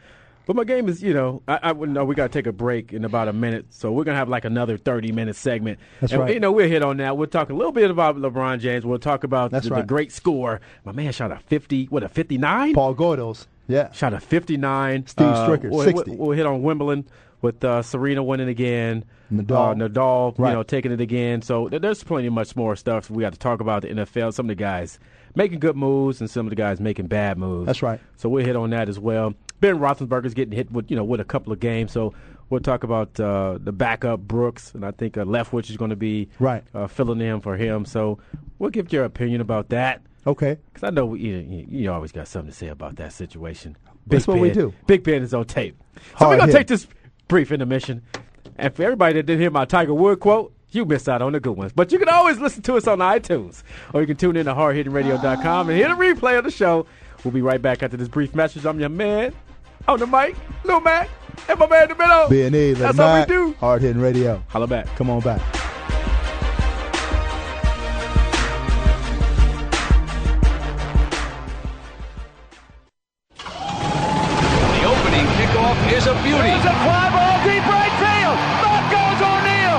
But my game is, you know, I, I wouldn't know. We got to take a break in about a minute, so we're gonna have like another thirty-minute segment.
That's
and,
right.
You know, we'll hit on that. We'll talk a little bit about LeBron James. We'll talk about
That's
the, the
right.
great score. My man shot a fifty. What a fifty-nine.
Paul Gordos. Yeah.
Shot a fifty-nine. uh,
Steve Stricker,
we'll,
60.
We'll, we'll hit on Wimbledon with uh, Serena winning again.
Nadal.
Uh, Nadal,
Right.
you know, taking it again. So th- there's plenty much more stuff we got to talk about the NFL. Some of the guys making good moves and some of the guys making bad moves.
That's right.
So we'll hit on that as well. Ben Roethlisberger's getting hit with you know with a couple of games, so we'll talk about uh, the backup Brooks, and I think uh, Leftwich is going to be
Right.
uh, filling in for him. So we'll give your opinion about that
Okay.
because I know we, you, you, you always got something to say about that situation.
That's what
ben,
we do.
Big Ben is on tape, so we're
Hard
gonna
hit.
take this brief intermission. And for everybody that didn't hear my Tiger Wood quote, you missed out on the good ones. But you can always listen to us on iTunes, or you can tune in to hardhittingradio.com and hear the replay of the show. We'll be right back after this brief message. I'm your man on the mic, Lil Mac, and my man in the middle.
B and E.
That's how we do.
Hard hitting radio.
Holla back.
Come on back.
The opening kickoff is a beauty. It's a fly ball deep right field. Back goes O'Neill.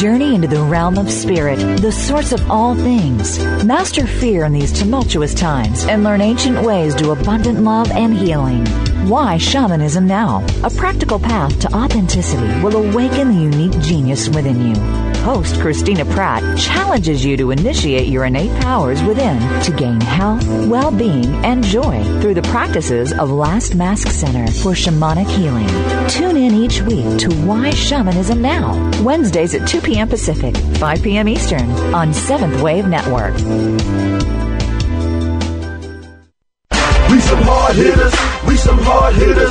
Journey into the realm of spirit, the source of all things. Master fear in these tumultuous times and learn ancient ways to abundant love and healing. Why Shamanism Now? A practical path to authenticity will awaken the unique genius within you. Host Christina Pratt challenges you to initiate your innate powers within to gain health, well being, and joy through the practices of Last Mask Center for Shamanic Healing. Tune in each week to Why Shamanism Now, Wednesdays at 2 p.m. Pacific, 5 p.m. Eastern on Seventh Wave Network.
We some hard hitters. We some hard hitters.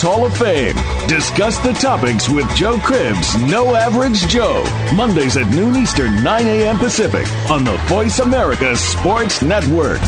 Hall of Fame. Discuss the topics with Joe Cribbs, No Average Joe, Mondays at noon Eastern, 9 a.m. Pacific, on the Voice America Sports Network.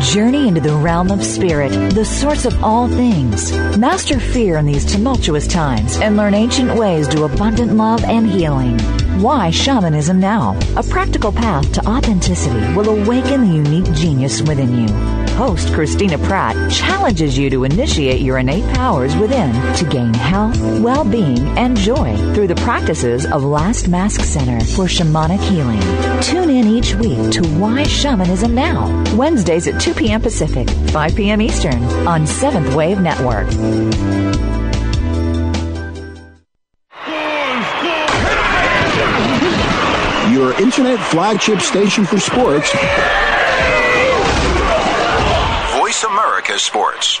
Journey into the realm of spirit, the source of all things. Master fear in these tumultuous times and learn ancient ways to abundant love and healing. Why Shamanism Now? A practical path to authenticity will awaken the unique genius within you. Host Christina Pratt challenges you to initiate your innate powers within to gain health, well being, and joy through the practices of Last Mask Center for Shamanic Healing. Tune in each week to Why Shamanism Now? Wednesdays at 2 p.m. Pacific, 5 p.m. Eastern on Seventh Wave Network.
Your internet flagship station for sports. Voice America Sports.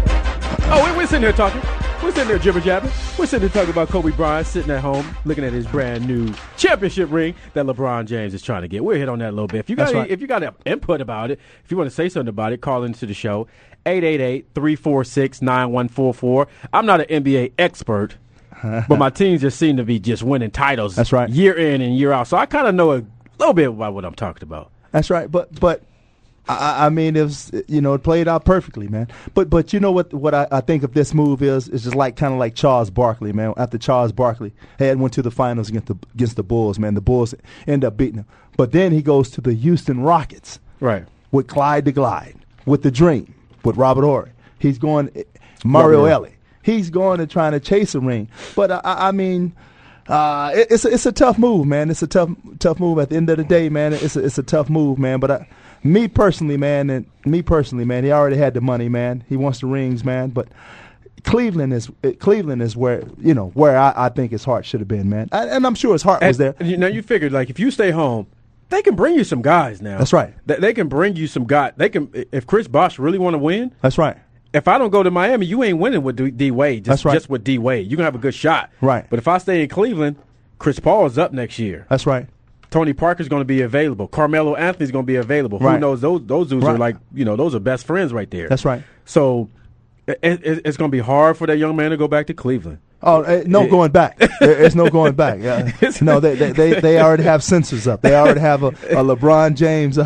Oh, we- we're sitting here talking. We're sitting here jibber jabbing. We're sitting here talking about Kobe Bryant sitting at home looking at his brand new championship ring that LeBron James is trying to get. We're hit on that a little bit. If you got
That's
any,
right.
if you got an input about it, if you want to say something about it, call into the show 888-346-9144. I'm not an NBA expert. but my teams just seem to be just winning titles.
That's right.
Year in and year out. So I kind of know a little bit about what I'm talking about.
That's right. But but I, I- I mean, it was you know it played out perfectly, man. But but you know what what I, I think of this move is is just like kind of like Charles Barkley, man. After Charles Barkley had went to the finals against the against the Bulls, man. The Bulls end up beating him. But then he goes to the Houston Rockets
Right.
with Clyde the Glide, with the Dream, with Robert Horry. He's going Mario
Robert
Ellie. He's going and trying to chase a ring. But I, I I mean, uh, it, it's a, it's a tough move, man. It's a tough tough move. At the end of the day, man, it's a, it's a tough move, man. But I, me personally, man, and me personally, man, he already had the money, man. He wants the rings, man. But Cleveland is eh, Cleveland is where you know where I, I think his heart should have been, man. And, and I'm sure his heart was there.
And You know, you figured like if you stay home, they can bring you some guys now.
That's right.
They, they can bring you some guys. They can if Chris Bosh really want to win.
That's right.
If I don't go to Miami, you ain't winning with D, D Wade. Just,
That's right.
Just with D Wade, you can have a good shot.
Right.
But if I stay in Cleveland, Chris Paul is up next year.
That's right.
Tony Parker's going to be available. Carmelo Anthony's going to be available. Who
Right.
knows? Those those dudes are
Right.
like you know those are best friends right there.
That's right.
So it, it, it's going to be hard for that young man to go back to Cleveland.
Oh, eh, no going back. There- There's no going back. Yeah. No, they, they, they, they already have sensors up. They already have a, a LeBron James uh,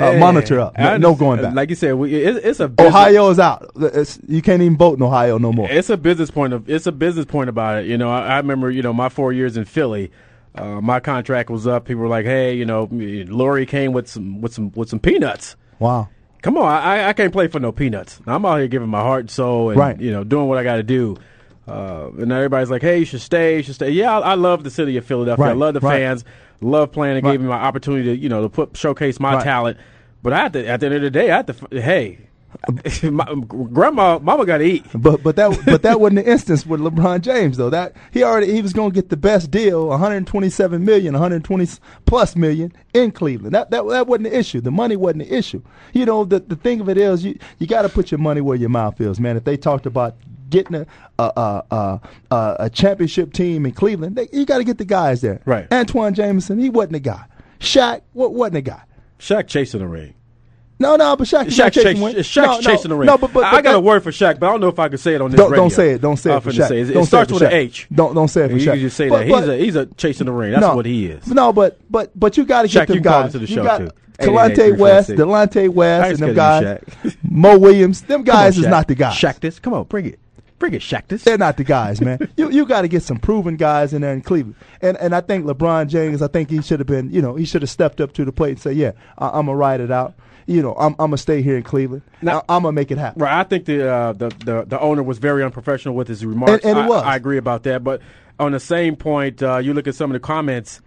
uh, monitor up. No,
I
no
just-
going back.
Like you said, we, it, it's a business-
Ohio is out. It's- you can't even vote in Ohio no more.
It's a business point of it's a business point about it. You know, I, I remember you know my four years in Philly, uh, my contract was up. People were like, "Hey, you know, Lori came with some with some with some peanuts.
Wow.
Come on, I, I can't play for no peanuts. I'm out here giving my heart and soul, and
Right.
you know, doing what I got to do." Uh, and now everybody's like, "Hey, you should stay. You should stay." Yeah, I, I love the city of Philadelphia. I
Right,
love the
right.
fans. Love playing. It
Right.
gave me my opportunity to you know to put showcase my
Right.
talent. But I had to, at the end of the day, I had to. f- Hey, My- grandma, mama got to eat.
But but that but that wasn't the instance with LeBron James though. That he already he was going to get the best deal, 127 million, 120 plus million in Cleveland. That that that wasn't the issue. The money wasn't the issue. You know the the thing of it is you you got to put your money where your mouth is, man. If they talked about getting a a a, a, a, a championship team in Cleveland, they, you got to get the guys there.
Right.
Antoine Jameson, he wasn't a guy. Shaq, what wasn't a guy.
Shaq chasing the ring.
No, no, but Shaq,
Shaq
chasing,
chasing, Shaq's
no,
chasing the ring.
No, but, but,
I I
but
got
that-
a word for Shaq, but I don't know if I can say it on this
don't,
radio.
don't say it. Don't say
I'm
it for
finna
Shaq.
Say it. it
don't
starts
say it
with
for
an
Shaq.
H.
Don't don't say it for
You
Shaq.
can just say
But-
that.
but-
he's, a, he's a chasing the ring. That's
no.
what he is.
No, but but but you got to
Shaq,
get
you
them
can call
guys.
into the
you
show,
got
too. 888-356.
Kalante West, Delonte West,
I
and
just
them
gotta
guys.
do
Mo Williams, them
Come on,
guys is
Shaq.
not the guys.
Shaq this. Come on, bring it. Bring it, Shaq this.
They're not the guys, man. you you got to get some proven guys in there in Cleveland. And and I think LeBron James, I think he should have been, you know, he should have stepped up to the plate and said, yeah, I, I'm gonna ride it out. You know, I'm I'm gonna stay here in Cleveland.
Now-
I, I'm gonna make it happen.
Right. I think the, uh, the the the owner was very unprofessional with his remarks.
And- and he
I,
was.
I agree about that. But on the same point, uh, you look at some of the comments.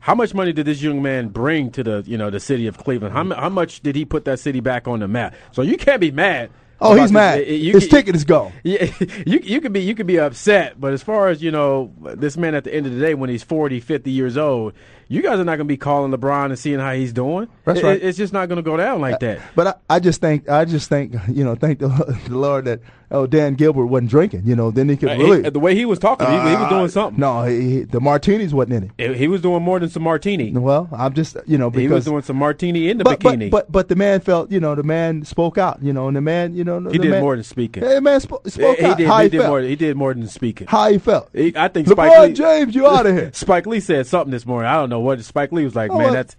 How much money did this young man bring to the you know the city of Cleveland? How, mu- how much did he put that city back on the map? So you can't be mad.
Oh,
about
he's
this.
mad.
Uh, you
His
can-
ticket is gone.
Yeah, you you could be you could be upset, but as far as you know, this man at the end of the day, when he's 40, 50 years old, you guys are not going to be calling LeBron and seeing how he's doing.
That's
It-
right. Uh,
It's just not going to go down like that.
But I, I just think I just think you know thank the, the Lord that oh Dan Gilbert wasn't drinking you know then he could
Uh, he-
really
the way he was talking, he, he was doing something.
Uh, no he, he- the martinis wasn't in it.
He he was doing more than some martini.
Well, I'm just you know because
he was doing some martini in the
but,
bikini.
but but but the man felt you know the man spoke out you know and the man you know
He did more than speaking.
The man spo- spoke
he
out
did,
how
he
he,
did
felt
more. He did more than speaking.
how he felt.
He- I think Spike
LeBron
Lee,
James, you out of here.
Spike Lee said something this morning. I don't know what Spike Lee was like.
Oh,
man,
uh,
that's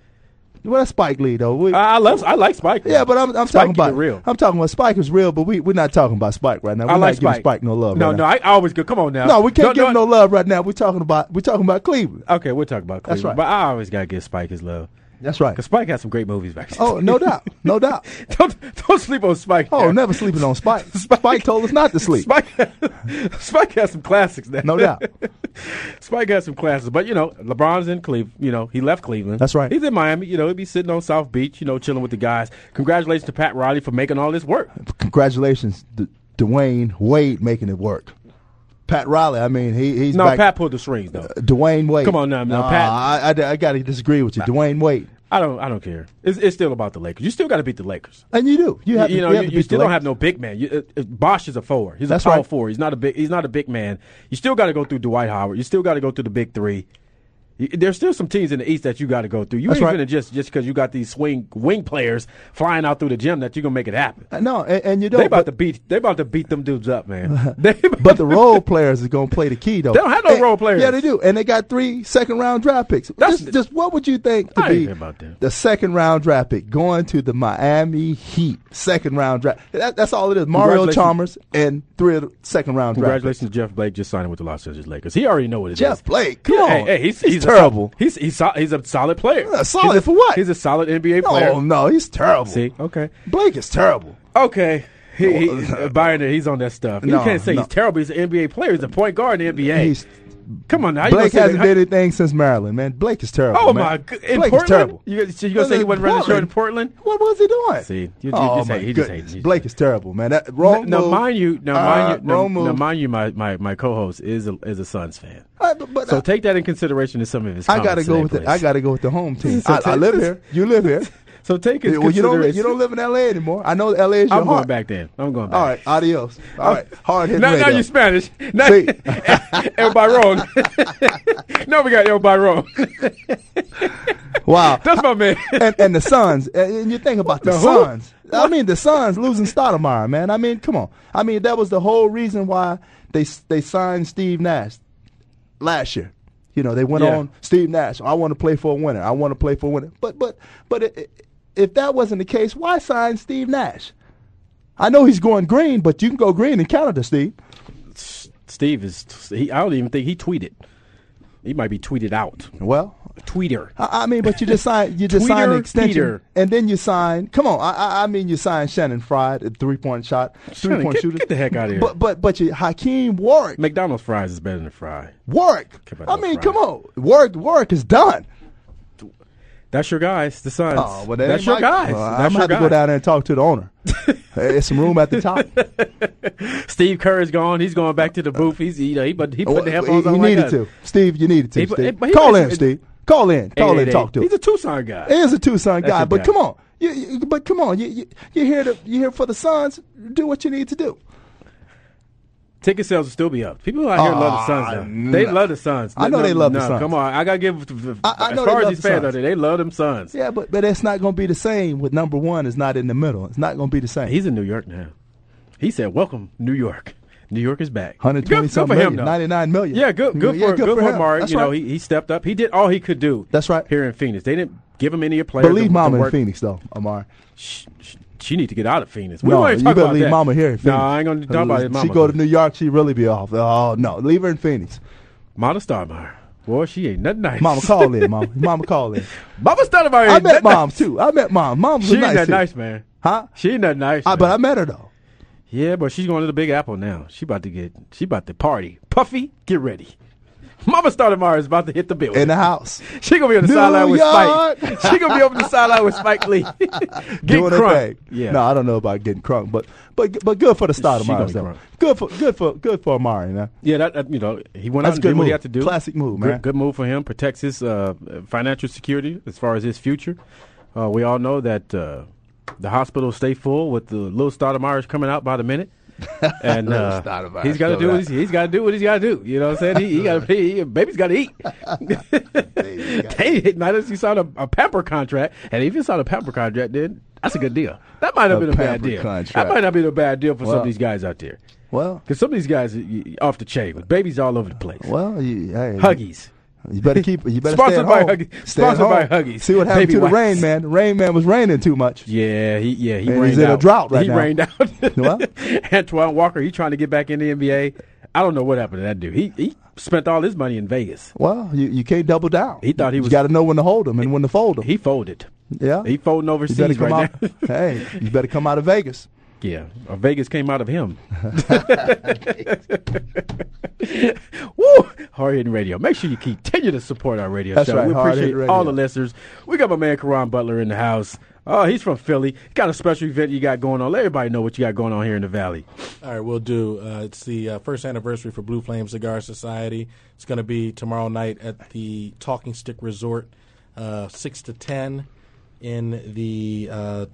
Well, that's Spike Lee though. We,
I I love. I like Spike. Lee.
yeah, but I'm, I'm
Spike
talking
keep it
about
real.
I'm talking about Spike is real, but we we're not talking about Spike right now. We're
I like
not giving
Spike.
Spike no love.
No,
right
no.
now.
I always go. Come on now.
no, we can't give
no,
him no love right now. We're talking about we're talking about Cleveland.
Okay, we'll talk about Cleveland.
right.
But I always gotta give Spike his love.
That's right.
Cause Spike had some great movies back. then.
Oh, no doubt, no doubt.
don't don't sleep on Spike.
Oh,
man.
never sleeping on Spike.
Spike-
Spike, told us not to sleep.
Spike, Spike has some classics now.
No doubt.
Spike has some classics, but you know, LeBron's in Cleveland. You know, he left Cleveland.
That's right.
He's in Miami. You know, he'd be sitting on South Beach. You know, chilling with the guys. Congratulations to Pat Riley for making all this work.
Congratulations, D- Dwayne Wade, making it work. Pat Riley, I mean, he, he's
No,
back- Uh,
Pat pulled the strings though.
Dwayne Wade.
Come on now, now,
Nah,
Pat-
I, I, I got to disagree with you, Dwayne Wade.
I don't. I don't care. It's, it's still about the Lakers. You still got to beat the Lakers.
And you do. You
You,
have
you
to,
know,
you
you,
have to
you
beat
still
the
don't have
Lakers.
no big man. You, uh, uh, Bosch is a forward. He's
That's
a power
right.
forward. He's not a big. He's not a big man. You still got to go through Dwight Howard. You still got to go through the big three. You- There's still some teams in the East that you got to go through. You
That's
ain't
right.
gonna just just because you got these swing wing players flying out through the gym that you're gonna make it happen.
Uh, No, and, and you don't.
They about
but,
to beat. They about to beat them dudes up, man. They about-
but the role players is going to play the key, though.
They don't have no
And-
role players.
Yeah, they do. And they got three second round draft picks.
That's-
just, just what would you think to
I didn't
be
hear about that.
the second round draft pick going to the Miami Heat? Second round draft. That, that's all it is. Mario
Congratulations.
Chalmers and three of the second round draft picks.
Congratulations to Jeff Blake just signing with the Los Angeles Lakers. He already know what it is.
Jeff Blake, come
Yeah, Hey,
on.
hey, he's,
He's
he's a-
terrible.
he's he's so- he's a solid player.
Yeah, solid
He's a-
for what?
He's a solid NBA player.
Oh, no, he's terrible.
See, okay.
Blake is terrible.
Okay. He, he, Biden, he's on that stuff. you
No,
can't say
no.
he's terrible. He's an NBA player. He's a point guard in the NBA.
He's-
Come on now. how you
Blake
gonna say
hasn't
that-
did anything since Maryland, man. Blake is terrible.
Oh,
man.
my go- in
Blake
Portland?
is terrible.
You- so you gonna say he wasn't running the show in Portland?
What was he doing?
See, you- you
oh
just
my
hate- he just
goodness.
hates you.
Blake is terrible, man. That wrong
now,
move.
mind you, now,
Uh,
mind you, now,
wrong
now
move.
mind you, my, my, my co-host is a, is a Suns fan.
Uh, but, but
So
I-
take that in consideration in some of his.
I gotta
comments
go
today,
with
please.
the, I gotta go with the home team.
So
I, I
take-
live here. You live here.
So take his.
Yeah, well, you don't li-
consideration.
you don't live in L.A. anymore. I know L.A. is your
I'm going
heart.
back then. I'm going back.
All right, adios. All right, hard hit.
Now, now you're Spanish. Now,
See.
everybody wrong. now we got everybody wrong.
Wow.
That's my man.
and, and the Suns, and, and you think about the,
The who?
Suns. I mean, the Suns losing Stoudemire, man. I mean, come on. I mean, that was the whole reason why they they signed Steve Nash last year. You know, they went
Yeah.
on Steve Nash. I want to play for a winner. I want to play for a winner. But but but i i if that wasn't the case, why sign Steve Nash? I know he's going green, but you can go green in Canada, Steve.
Steve is. He, I don't even think he tweeted. He might be tweeted out.
Well,
Tweeter.
I I mean, but you just sign you just sign an
Tweeter
extension,
Peter.
and then you sign. Come on, I, I- I mean, you sign Shannon Fried, a three point shot,
Shannon,
three point
get-
shooter.
get the heck outta here.
But but but you Hakeem Warwick,
McDonald's fries is better than fry.
Warwick.
Come on,
I mean,
Fry.
come on, Warwick Warwick is done.
That's your guys, the Suns.
Oh, well, that
That's your
ain't my-
guys.
Oh, Well,
That's
I'm gonna
your
have to
guys.
go down there and talk to the owner. There's some room at the top.
Steve Kerr's gone. He's going back to the booth. He's you know he but he put the headphones
you
on.
needed
like us.
to, Steve. You needed to.
He-
Steve.
but he-
Call
but
in,
he-
Steve. Call in. Call in. Talk to him.
He's a Tucson guy.
He is a Tucson
That's
guy,
a
but
guy.
come on, you, you- but come on, you, you, you're here to you're here for the Suns. Do what you need to do.
Ticket sales will still be up. People out here love the
Ah,
Suns. Now. They
no.
love the Suns.
I know
No,
they love the
no,
Suns.
Come on, I gotta give.
I- I
as
know they
far as
love
these
the
fans out
Suns.
there, they love them Suns.
Yeah, but but it's not going to be the same with number one. Is not in the middle. It's not going to be the same.
He's in New York now. He said, "Welcome, New York. New York is back."
120
Good- good
something
for him,
million,
though.
99 million.
Yeah, good, good
Yeah,
for
good
good
for
for
him.
Mark.
That's
you know,
right.
he, he stepped up. He did all he could do.
That's right.
Here in Phoenix, they didn't give him any players.
But leave
to- to
Mama in
work.
Phoenix though, Amar.
Sh- sh- She need to get out of Phoenix. We
no,
don't even
you
talk
better
about
leave
that.
Mama here in
No,
Phoenix.
I ain't gonna talk about it.
She
Mama.
go to New York, she really be off. Oh no, leave her in Phoenix.
Mama Stoudemire. Boy, she ain't nothing nice.
Mama call in, Mama. Mama call in.
Mama Stoudemire. Ain't
I met
nothing nice.
mom too. I met mom. Mom's
She ain't
nice.
that
too.
nice, man.
Huh?
She ain't that nice.
I, but
man.
I met her though.
Yeah, but she's going to the Big Apple now. She about to get. She about to party. Puffy, get ready. Mama Stoudemire is about to hit the building.
In the house.
She gonna be on the
New
sideline with
York.
Spike. She gonna be over the sideline with Spike Lee. Get
doing her
crunk.
thing.
Yeah.
No, I don't know about getting crunk, but but but good for the start of
She gonna be
Amari. though.
crunk.
Good for good for good for Amari, man.
yeah, that, that you know, he went out
That's
and
a good
did what he
move.
had to do.
Classic move,
Good-
man.
Good, move for him. Protects his uh, financial security as far as his future. Uh, we all know that uh, the hospitals stay full with the little Stoudemire's coming out by the minute. And uh,
Stoudemire's
he's got to do
coming
what he's, he's got to do what he's got to do. You know what I'm saying? He, he got to he, baby's got to eat. they, now that you signed a, a pamper contract, and if you signed a pamper contract, then that's a good deal. That might not
A
have been a bad
pamper
deal. That
contract.
might not have been a bad deal for some
Well.
of these guys out there.
Well,
Because some of these guys are y- off the chain with babies all over the place.
well, you, hey,
Huggies.
You better keep. You better stay
Sponsored
at
by
home.
Huggies.
Stay at
Sponsored by
home.
Huggies.
See what happened
Baby
to the
wipes.
rain, man. Rain man was raining too much.
Yeah, he yeah he
And he's
rained
in a
out.
drought right
he
now.
rained out.
What?
Antoine Walker, he trying to get back in the NBA. I don't know what happened to that dude. He he spent all his money in Vegas.
Well, you, you can't double down.
He thought he was-
You got to know when to hold him and when to fold him.
He folded.
yeah,
He folding
You better
overseas
come
right now.
out. hey, you better come out of Vegas.
yeah, uh, Vegas came out of him. Woo! Hard hitting radio. Make sure you continue to support our radio
That's
show.
right,
we
Hard
appreciate
Hitting Radio.
all the listeners. We got my man Karan Butler in the house. Oh, he's from Philly. Got a special event you got going on. Let everybody know what you got going on here in the Valley.
All right, we'll do. Uh, it's the uh, first anniversary for Blue Flame Cigar Society. It's going to be tomorrow night at the Talking Stick Resort, uh, six to ten, in the uh,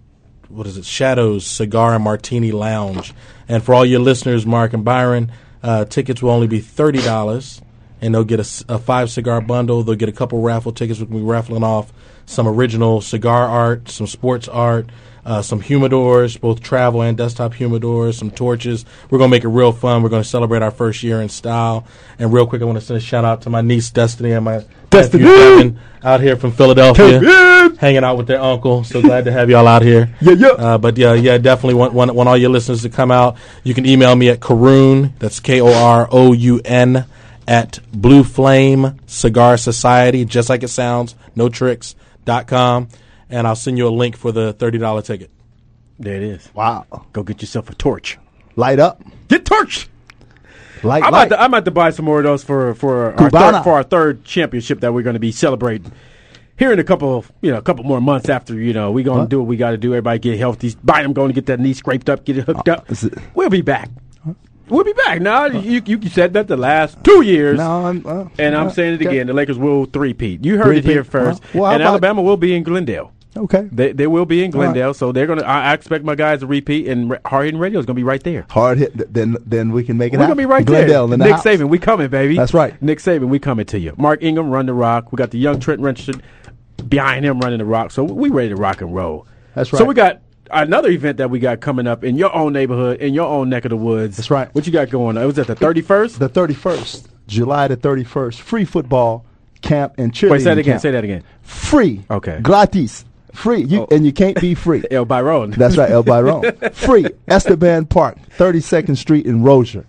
what is it? Shadows Cigar and Martini Lounge. And for all your listeners, Mark and Byron, uh, tickets will only be thirty dollars, and they'll get a s- a, five cigar bundle. They'll get a couple raffle tickets. We'll be raffling off some original cigar art, some sports art uh, some humidors, both travel and desktop humidors, some torches. We're going to make it real fun. We're going to celebrate our first year in style. And real quick, I want to send a shout out to my niece Destiny and my
Destiny!
nephew Kevin out here from Philadelphia, hanging out with their uncle. So glad to have y'all out here.
Yeah, yeah.
Uh, but yeah, yeah, definitely want, want want all your listeners to come out. You can email me at Karoon. That's K O R O U N at Blue Flame Cigar Society, just like it sounds. No tricks. dot com, and I'll send you a link for the thirty dollar ticket.
There it is.
Wow,
Go get yourself a torch.
light up,
Get torched.
light,
I'm
light.
about, to, I'm about to buy some more of those for for our
Cubana.
third, for our third championship that we're going to be celebrating here in a couple of, you know a couple more months after you know we're going to do what we got to do. Everybody get healthy. Bynum going to get that knee scraped up, get it hooked up.
Oh, is it-
We'll be back. We'll be back. Now you, you you said that the last two years.
No, I'm, uh,
and I'm
uh,
saying it
okay.
again. The Lakers will three peat. You heard it
Three-peat.
here first.
Uh-huh. Well, how
and
about-
Alabama will be in Glendale.
Okay,
They, they will be in
right.
Glendale, so they're gonna. I, I expect my guys to repeat, and Re- Hard Hitting Radio is gonna be right there.
hard hit. th- Then then we can make it.
We're
happen.
gonna be right
Glendale
there.
in the
Nick
house.
Saban, we coming, baby.
That's right.
Nick Saban, we coming to you. Mark Ingram, run the rock. We got the young Trent Richardson behind him running the rock. So we ready to rock and roll.
That's
So
right.
we got another event that we got coming up in your own neighborhood, in your own neck of the woods.
That's right.
What you got going? on? It was at the thirty first.
the 31st, July the 31st, free football camp and cheerleading.
Wait, say that again.
camp.
Say that again.
Free.
Okay. Oh.
Gratis. Free. You, And you can't be free.
El Byron.
That's right, El Byron. free. Esteban Park, 32nd Street in Rozier,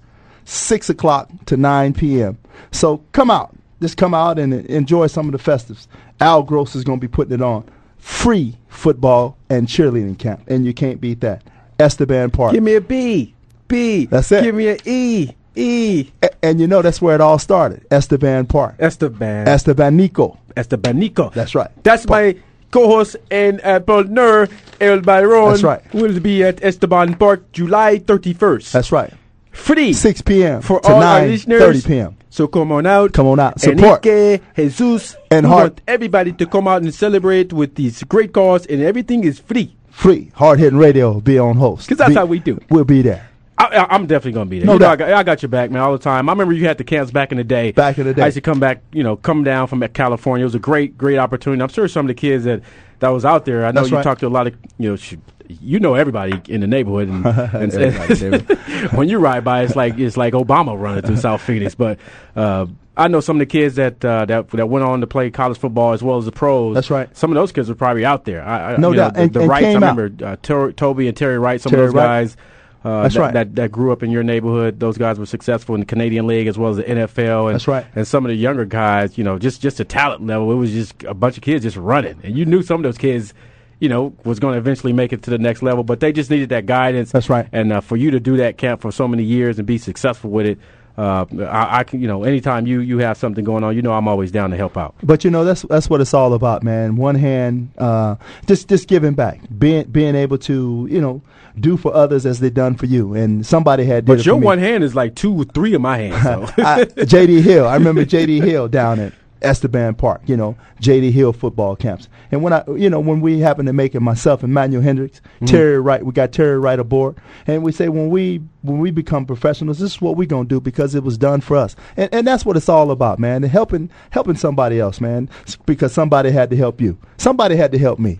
6 o'clock to 9 p.m. So come out. Just come out and uh, enjoy some of the festives. Al Gross is going to be putting it on. Free football and cheerleading camp. And you can't beat that. Esteban Park.
Give me a B. B.
That's it.
Give me an E. E.
A- and you know that's where it all started. Esteban Park.
Esteban.
Estebanico.
Estebanico.
That's right.
That's my co-host and uh, partner El Byron
That's right.
will be at Esteban Park July 31st.
That's right.
Free
6 p.m.
for
to
all our
9,
listeners.
30 p.m.
So come on out.
Come on out. Support.
Enrique, Jesus,
And
we
heart.
want everybody to come out and celebrate with this great cause, and everything is free.
Free. Hard Hitting Radio will be on host.
'Cause that's
Be-
how we do it.
We'll be there.
I, I, I'm definitely gonna be there.
No
you know, I,
doubt.
got, I got your back, man, all the time. I remember you had the camps back in the day.
Back in the day.
I used to come back, you know, come down from California. It was a great, great opportunity. I'm sure some of the kids that that was out there. I know
That's
you
right.
talked to a lot of, you know, sh- you know everybody in the neighborhood, and, and- when you ride by, it's like it's like Obama running through South Phoenix. But uh, I know some of the kids that uh, that that went on to play college football as well as the pros.
That's right.
Some of those kids were probably out there. I, I,
No
you know,
doubt.
the,
And-
the
and
Wrights,
came
I
out.
remember uh, Ter- Toby and Terry Wright. Some
Terry
of those
Wright.
guys. Uh,
That's
that,
right.
That, that grew up in your neighborhood. Those guys were successful in the Canadian League as well as the NFL. And,
That's right.
And some of the younger guys, you know, just just the talent level, it was just a bunch of kids just running, and you knew some of those kids, you know, was going to eventually make it to the next level, but they just needed that guidance.
That's right.
And uh, for you to do that camp for so many years and be successful with it. Uh, I, I can, you know, anytime you you have something going on, you know, I'm always down to help out.
But you know that's that's what it's all about, man. One hand, uh, just just giving back, being being able to you know do for others as they done for you. And somebody had did it
But
for
your
me.
one hand is like two, or three of my hands. So.
I, JD Hill. I remember JD Hill down at Esteban Park, you know, JD Hill football camps. And when I, you know, when we happened to make it, myself and Manuel Hendricks,
Mm-hmm.
Terry Wright, we got Terry Wright aboard, and we say when we when we become professionals, this is what we're gonna do because it was done for us, and and that's what it's all about, man. Helping helping somebody else, man, s- because somebody had to help you, somebody had to help me,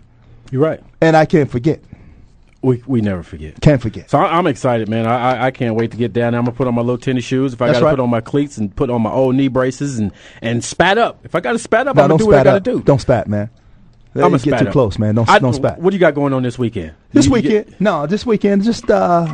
You're right.
and I can't forget,
We we never forget.
can't forget.
So I, I'm excited, man. I, I I can't wait to get down. there. I'm gonna put on my little tennis shoes. If I
That's
gotta
right.
put on my cleats and put on my old knee braces and and spat up. If I gotta spat up,
Now
I'm gonna do
don't
what I
spat
gotta
up,
do.
don't spat, man.
I'm
Hey,
gonna
get
spat
too
up.
close, man. Don't
I-
don't spat.
What do you got going on this weekend?
This
You- you
weekend?
get-
no, this weekend. Just uh,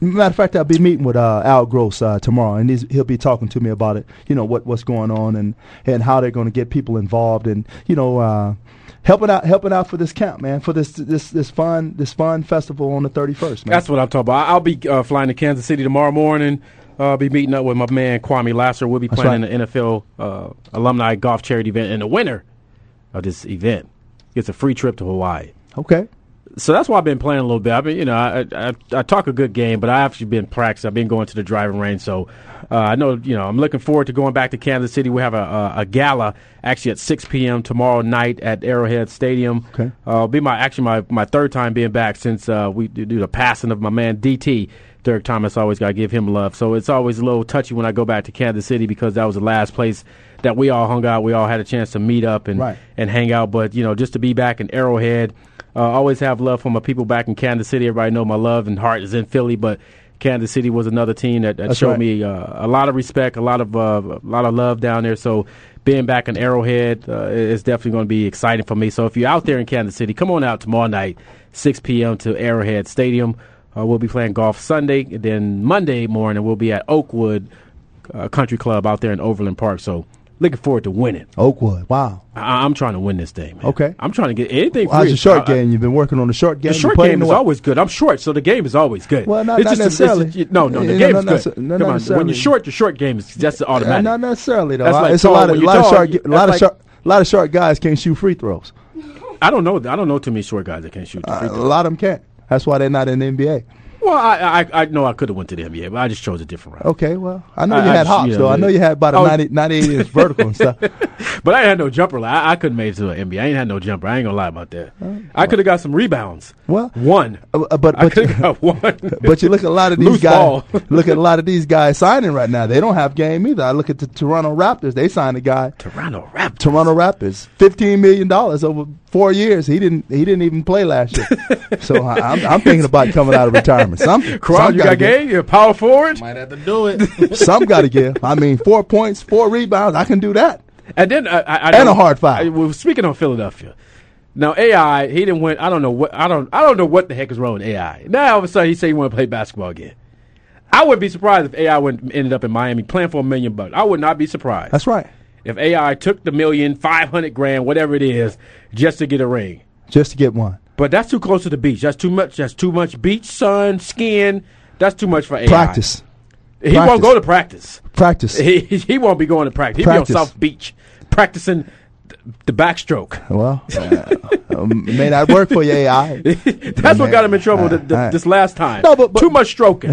matter of fact, I'll be meeting with uh, Al Gross uh, tomorrow, and he's, he'll be talking to me about it. You know what what's going on and and how they're going to get people involved, and you know. Uh, Helping out, helping out for this camp, man, for this this this fun this fun festival on the thirty first, man.
That's what I'm talking about. I- I'll be uh, flying to Kansas City tomorrow morning. Uh, I'll be meeting up with my man Kwame Lasser. We'll be
That's
planning
right.
an NFL uh, alumni golf charity event, and the winner of this event gets a free trip to Hawaii.
okay,
so that's why I've been playing a little bit. I've been, you know, I, I I talk a good game, but I've actually been practicing. I've been going to the driving range, so uh, I know, you know, I'm looking forward to going back to Kansas City. We have a, a, a gala actually at 6 p.m. tomorrow night at Arrowhead Stadium.
Okay.
uh, it'll be my actually my, my third time being back since uh, we do do the passing of my man DT. Derek Thomas always got to give him love. So it's always a little touchy when I go back to Kansas City because that was the last place that we all hung out. We all had a chance to meet up and
Right.
and hang out. But you know, just to be back in Arrowhead, uh, always have love for my people back in Kansas City. Everybody know my love and heart is in Philly, but Kansas City was another team that, that
That's
showed
right.
me uh, a lot of respect, a lot of uh, a lot of love down there. So being back in Arrowhead uh, is definitely going to be exciting for me. So if you're out there in Kansas City, come on out tomorrow night, 6 p.m. to Arrowhead Stadium. Uh, we'll be playing golf Sunday, and then Monday morning we'll be at Oakwood uh, Country Club out there in Overland Park. So looking forward to winning.
Oakwood. Wow,
I, I'm trying to win this thing. Man.
Okay.
I'm trying to get anything.
how's
free.
your short
I- I-
game? You've been working on the short game.
the
You
short
playing
game
the
is
what?
always good. I'm short, so the game is always good.
Well, not- not
just a- it's a-
necessarily.
no, no, the
Yeah,
game
no,
is
not
good.
so- no,
Come
not
on, when
necessarily.
you're short, your short game is that's the
Uh,
automatic.
not necessarily though.
That's
I-
like
it's a
tall.
lot
When
of
you're
lot of
tall,
short
you-
a lot of
that's
short a lot of short guys can't shoot free throws.
I don't know. I don't know too many short guys that can shoot. the free
A
throw.
lot of them can't. That's why they're not in the NBA.
well, I, I, I know I could have went to the NBA, but I just chose a different route.
Okay, well, I know
I-
you
I
had
just-
hops,
yeah,
though. I
yeah.
know you had about
I
a
was-
90, 98 inch vertical and stuff. Uh,
But I had no jumper. Like, I, I couldn't make it to an NBA. I ain't had no jumper. I ain't gonna lie about that. I could have got some rebounds.
Oh, Well,
one.
Uh, uh, but
I
but
could
you,
have got one.
but you look at a lot of these
Loose
guys.
ball.
look at a lot of these guys signing right now. They don't have game either. I look at the Toronto Raptors. They signed a guy.
Toronto Raptors.
Toronto Raptors, fifteen million dollars over four years. He didn't. He didn't even play last year. so I, I'm, I'm thinking about coming out of retirement. Some,
Crowd,
some
you got
give.
game. You're a power forward.
Might have to do it.
Some got to give. I mean, four points, four rebounds. I can do that.
And then uh, I, I, I
And
know-
a hard foul.
I- well, speaking of Philadelphia, now AI he didn't win. I don't know what I don't I don't know what the heck is wrong with AI. Now all of a sudden he said he want to play basketball again. I wouldn't be surprised if AI went ended up in Miami playing for a million bucks. I would not be surprised.
That's right.
If AI took the million, five hundred grand, whatever it is, just to get a ring.
Just to get one.
But that's too close to the beach. That's too much. That's too much beach sun skin. That's too much for AI.
Practice.
He won't
Practice.
go to practice.
Practice.
He, he won't be going to practice. He'll be on
Practice.
South Beach practicing the backstroke.
Well, uh, um, it may not work for your AI.
That's what got him in trouble th- th- this last time.
No, but- but-
too much stroking.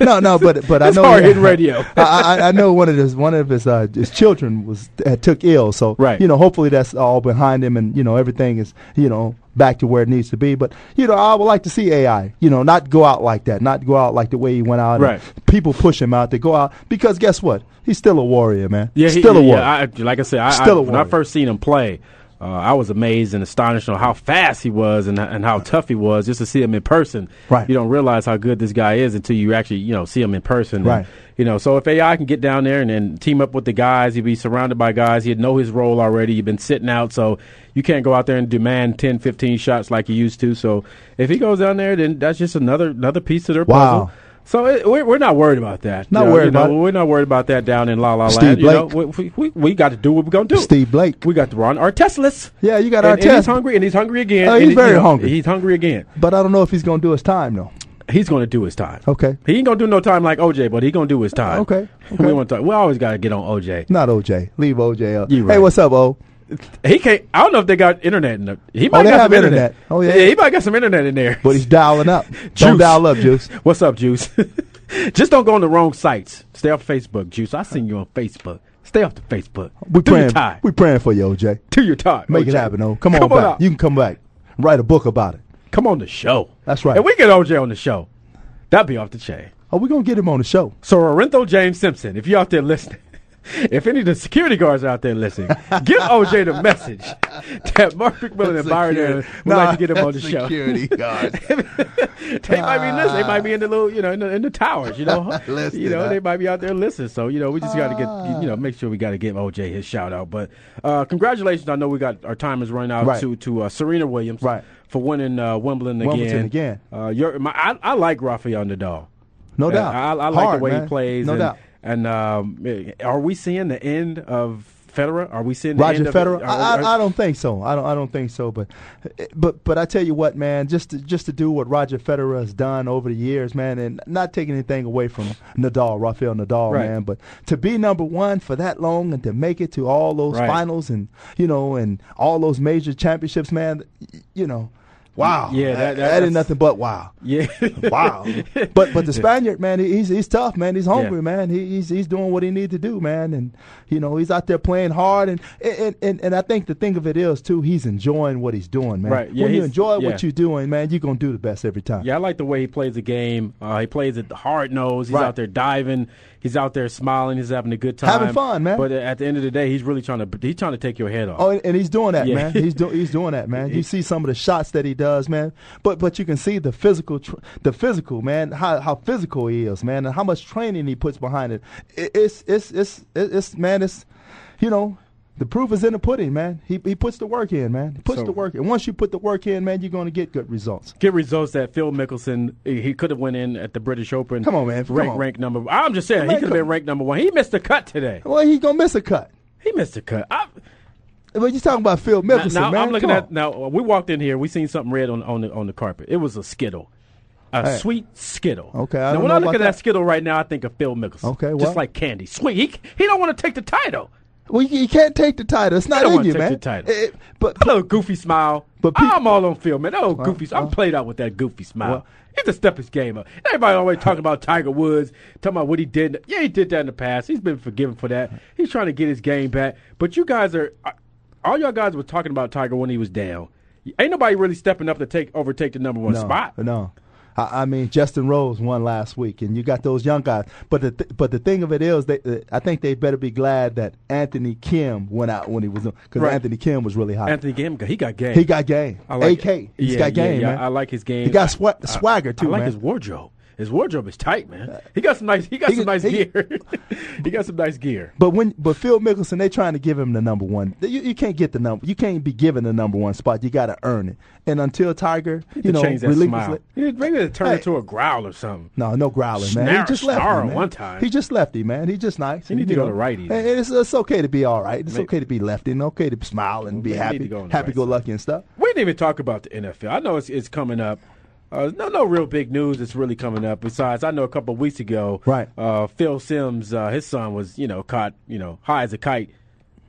no, no, but but I
That's
know
hard hitting radio.
I, I, I know one of his one of his uh, his children was uh, took ill, so
Right.
you know hopefully that's all behind him, and you know everything is you know back to where it needs to be. But you know I would like to see AI, you know, not go out like that, not go out like the way he went out. and
Right.
People push him out to go out because guess what? He's still a warrior, man.
Yeah, he,
still a
yeah,
warrior.
I, like I said, I,
Still
I,
a
when I
warrior.
first seen him play, uh, I was amazed and astonished on how fast he was and and how tough he was. Just to see him in person,
Right.
You don't realize how good this guy is until you actually you know see him in person,
Right.
And, you know, so if AI can get down there and, and team up with the guys, he'd be surrounded by guys. He'd know his role already. You've been sitting out, so you can't go out there and demand 10, 15 shots like you used to. So if he goes down there, then that's just another another piece to their
Wow.
puzzle. So it, we're, we're not worried about that.
Not
Uh, you
worried
know,
about it.
We're not worried about that down in La La
Steve
Land. You know,
Blake.
we, we, we, we got to do what we're gonna do.
Steve Blake.
we got to run our Teslas.
Yeah, you got
and,
Artest.
And he's hungry, and he's hungry again.
Oh,
and
he's
he-
very
you know,
hungry.
He's hungry again.
But I don't know if he's going to do his time though.
He's gonna do his time.
Okay.
He ain't gonna do no time like OJ, but he gonna do his time.
Okay,
We
okay.
want to. We always gotta get on OJ.
Not OJ. Leave OJ up.
You
Hey,
right.
what's up, O?
He can't. I don't know if they got internet. in the, He might
they
got
have
some internet.
internet. Oh, yeah.
He might got some internet in there.
But he's dialing up.
Juice.
Don't dial up, Juice.
What's up, Juice? Just don't go on the wrong sites. Stay off Facebook, Juice. I seen you on Facebook. Stay off the Facebook.
We
Do
praying.
your time.
We praying for you, OJ.
Do your time.
Make
OJ.
it happen, O. Come on
Come on
back.
out.
you can come back. Write a book about it.
Come on the show.
That's right.
If we get OJ on the show, that'd be off the chain.
Oh, we gonna get him on the show.
So, Orento James Simpson, if you're out there listening, if any of the security guards are out there listening, give OJ the message that Mark McMillan and Byron Allen would like to get him on the show.
Security guard.
they might be listening. They might be in the little, you know, in the, in the towers. You know,
Listening,
you know,
huh?
they might be out there listening. So you know, we just got to
Ah.
get, you know, make sure we got to give OJ his shout out. But uh, congratulations! I know we got our time is running out
Right.
to to uh, Serena Williams
Right.
for winning uh, Wimbledon again.
Wimbledon again.
Uh, your, my, I, I like Rafael Nadal.
No
Uh,
doubt.
I, I like
Hard,
the way
man.
he plays.
No
and,
doubt.
And um, are we seeing the end of Federer? Are we seeing the
Roger
end of
Federer.
Are-
I,
are-
I, I don't think so. I don't. I don't think so. But, but, but I tell you what, man. Just to, just to do what Roger Federer has done over the years, man, and not taking anything away from Nadal, Rafael Nadal,
Right.
man. But to be number one for that long and to make it to all those
Right.
finals and you know and all those major championships, man. y- You know, wow.
Yeah, that- that-
that
that's-
ain't nothing but wow.
yeah.
Wow. but but the Spaniard, man, he- he's he's tough, man. He's hungry, man. He, he's he's doing what he need to do, man. And you know, he's out there playing hard and and, and, and I think the thing of it is too, he's enjoying what he's doing, man.
Right. Yeah,
when you
he's-
enjoy
yeah.
what you're doing, man, you're gonna do the best every time.
Yeah, I like the way he plays the game. Uh, he plays it hard nose. He's
Right.
out there diving. He's out there smiling. He's having a good time,
Having fun, man.
But at the end of the day, he's really trying to he's trying to take your head off.
Oh, and, and he's doing that,
Yeah.
man. He's doing he's doing that, man. You see some of the shots that he does, man. But but you can see the physical, tr- the physical, man. How how physical he is, man, and how much training he puts behind it. it it's it's it's it- it's man. It's you know. The proof is in the pudding, man. He, he puts the work in, man. He puts
So-
the work in. Once you put the work in, man, you're going to get good results.
Get results that Phil Mickelson he he could have went in at the British Open.
Come on, man. Come
Rank
on.
rank number. I'm just saying
Man,
he could have
come-
been ranked number one. He missed the cut today.
Well, he's going to miss a cut.
He missed the cut. I,
But you're talking about Phil
now,
Mickelson,
now
man.
I'm looking
Come
at
on.
now uh, we walked in here. We seen something red on on the on the carpet. It was a skittle. A
Hey.
sweet Skittle.
Okay, I
now
don't
when
know
I look
about
at that.
that.
Skittle right now, I think of Phil Mickelson.
Okay,
just
well-
like candy, sweet. He, he don't want to take the title.
Well, you, you can't take the title. It's not
don't
in
wanna
you,
take
man.
the title.
It- but
A little goofy smile. But
But pe-
I'm all on film, man. That old goofy. I'm played out with that goofy smile. He's a step his game up. Everybody always talking about Tiger Woods, talking about what he did. Yeah, he did that in the past. He's been forgiven for that. He's trying to get his game back. But you guys are, uh, all y'all guys were talking about Tiger when he was down. Ain't nobody really stepping up to take overtake the number one
no,
spot.
No, I, I mean Justin Rose won last week, and you got those young guys. But the th- but the thing of it is, they uh, I think they better be glad that Anthony Kim went out when he was because
Right.
Anthony Kim was really hot.
Anthony Game, he got game.
he got game.
I like
AK,
it.
he's
Yeah,
got
yeah,
game,
yeah.
man.
I like his game.
He got swa-
I-
swagger too,
I like
man. Uh,
his wardrobe. His wardrobe is tight, man. He got some nice. He got
He
some
got-
nice
he-
gear. he got some nice gear.
But when but Phil Mickelson, they trying to give him the number one. You, you can't get the number. You can't be given the number one spot. You got to earn it. And until Tiger, you
to
know,
change that
releases
smile.
it-
Yeah, maybe it turn
Hey.
into a growl or something.
No, no growling, man.
Snarl-
he just lefty,
snarl
man.
one time.
He just lefty, man. He just nice.
He need to
You
go
know,
to righties.
and It's, it's okay to be all right. It's
Maybe.
okay to be lefty and okay to smile and be
Maybe he need to
happy,
go on the
happy
right
go lucky and stuff.
We didn't even talk about the NFL. I know it's, it's coming up. Uh, no, no real big news that's really coming up. Besides, I know a couple of weeks ago,
Right.
Uh, Phil Sims, uh, his son was you know caught you know high as a kite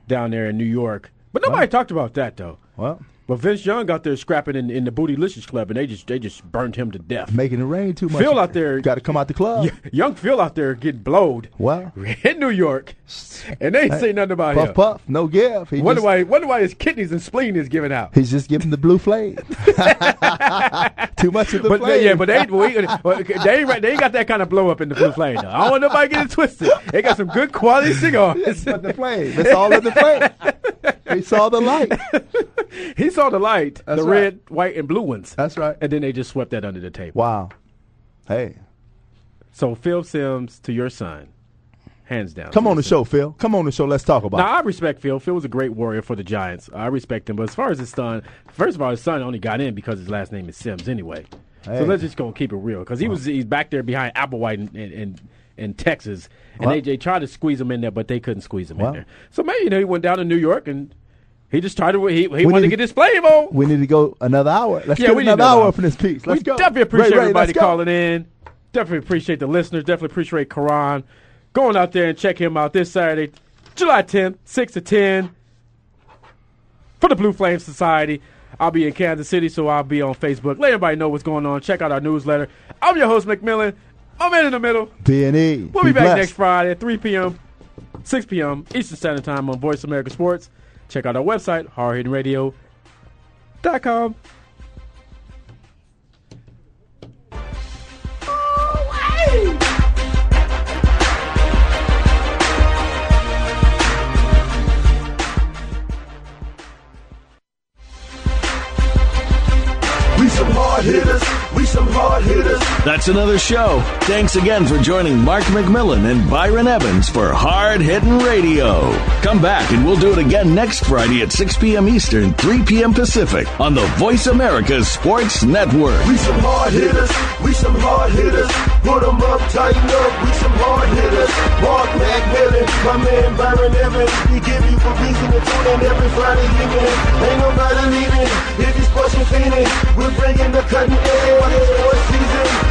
down there in New York. But nobody talked about that though.
Well,
But Vince Young out there scrapping in, in the Bootylicious Club, and they just they just burned him to death.
making it rain too much.
Phil out there,
Got to come out the club.
young Phil out there getting blowed
Well,
in New York, and they ain't say nothing about
puff
him.
puff, no give. He
Wonder
just-
why, wonder why his kidneys and spleen is giving out.
He's just giving the blue flame. Too much of the
But
flame.
they, yeah, but they, we, they ain't right- they ain't got that kind of blow up in the blue flame. Though. I don't want nobody getting twisted. They got some good quality cigars.
But the flame. That's all in the flame. He saw the light.
he saw the light,
That's
the
right.
red, white, and blue ones,
That's right.
and then they just swept that under the table.
Wow. Hey,
So Phil Sims to your son, hands down.
come on the
Listen.
show, Phil. Come on the show. Let's talk about
Now I respect Phil. Phil was a great warrior for the Giants. I respect him, but as far as his son, first of all, his son only got in because his last name is Sims anyway.
Hey.
So let's just gonna keep it real because he was he's back there behind Applewhite in in, in, in Texas, and
Well.
they, they tried to squeeze him in there, but they couldn't squeeze him
Well.
in there. So maybe you know he went down to New York and he just tried to he, he
need
wanted to
to-
get his flame on.
it. We need to go another hour. Let's get
we need another
another hour
hour.
up in this piece. Let's
we
go.
definitely appreciate
Ray, Ray,
everybody
let's go.
calling in. Definitely appreciate the listeners. Definitely appreciate Karan. Going out there and check him out this Saturday, July 10th, 6 to 10, for the Blue Flame Society. I'll be in Kansas City, so I'll be on Facebook. Let everybody know what's going on. Check out our newsletter. I'm your host, McMillan. I'm in, in the middle.
D&E.
We'll
E, Be
be back
blessed.
next Friday at 3 p.m., 6 p.m. Eastern Standard Time on Voice America Sports. Check out our website, hardhiddenradio.com.
We some hard hitters. We some hard hitters.
That's another show. Thanks again for joining Mark McMillan and Byron Evans for Hard Hitting Radio. Come back and we'll do it again next Friday at 6 p.m. Eastern, 3 p.m. Pacific on the Voice America Sports Network.
We some hard hitters. We some hard hitters. Put 'em up, tighten up. We some hard hitters. Mark McMillan, my man Byron Evans. We give you a reason to tune in every Friday evening. Ain't nobody leaving. If he's pushing Phoenix, we're bringing the cutting edge. Sports season.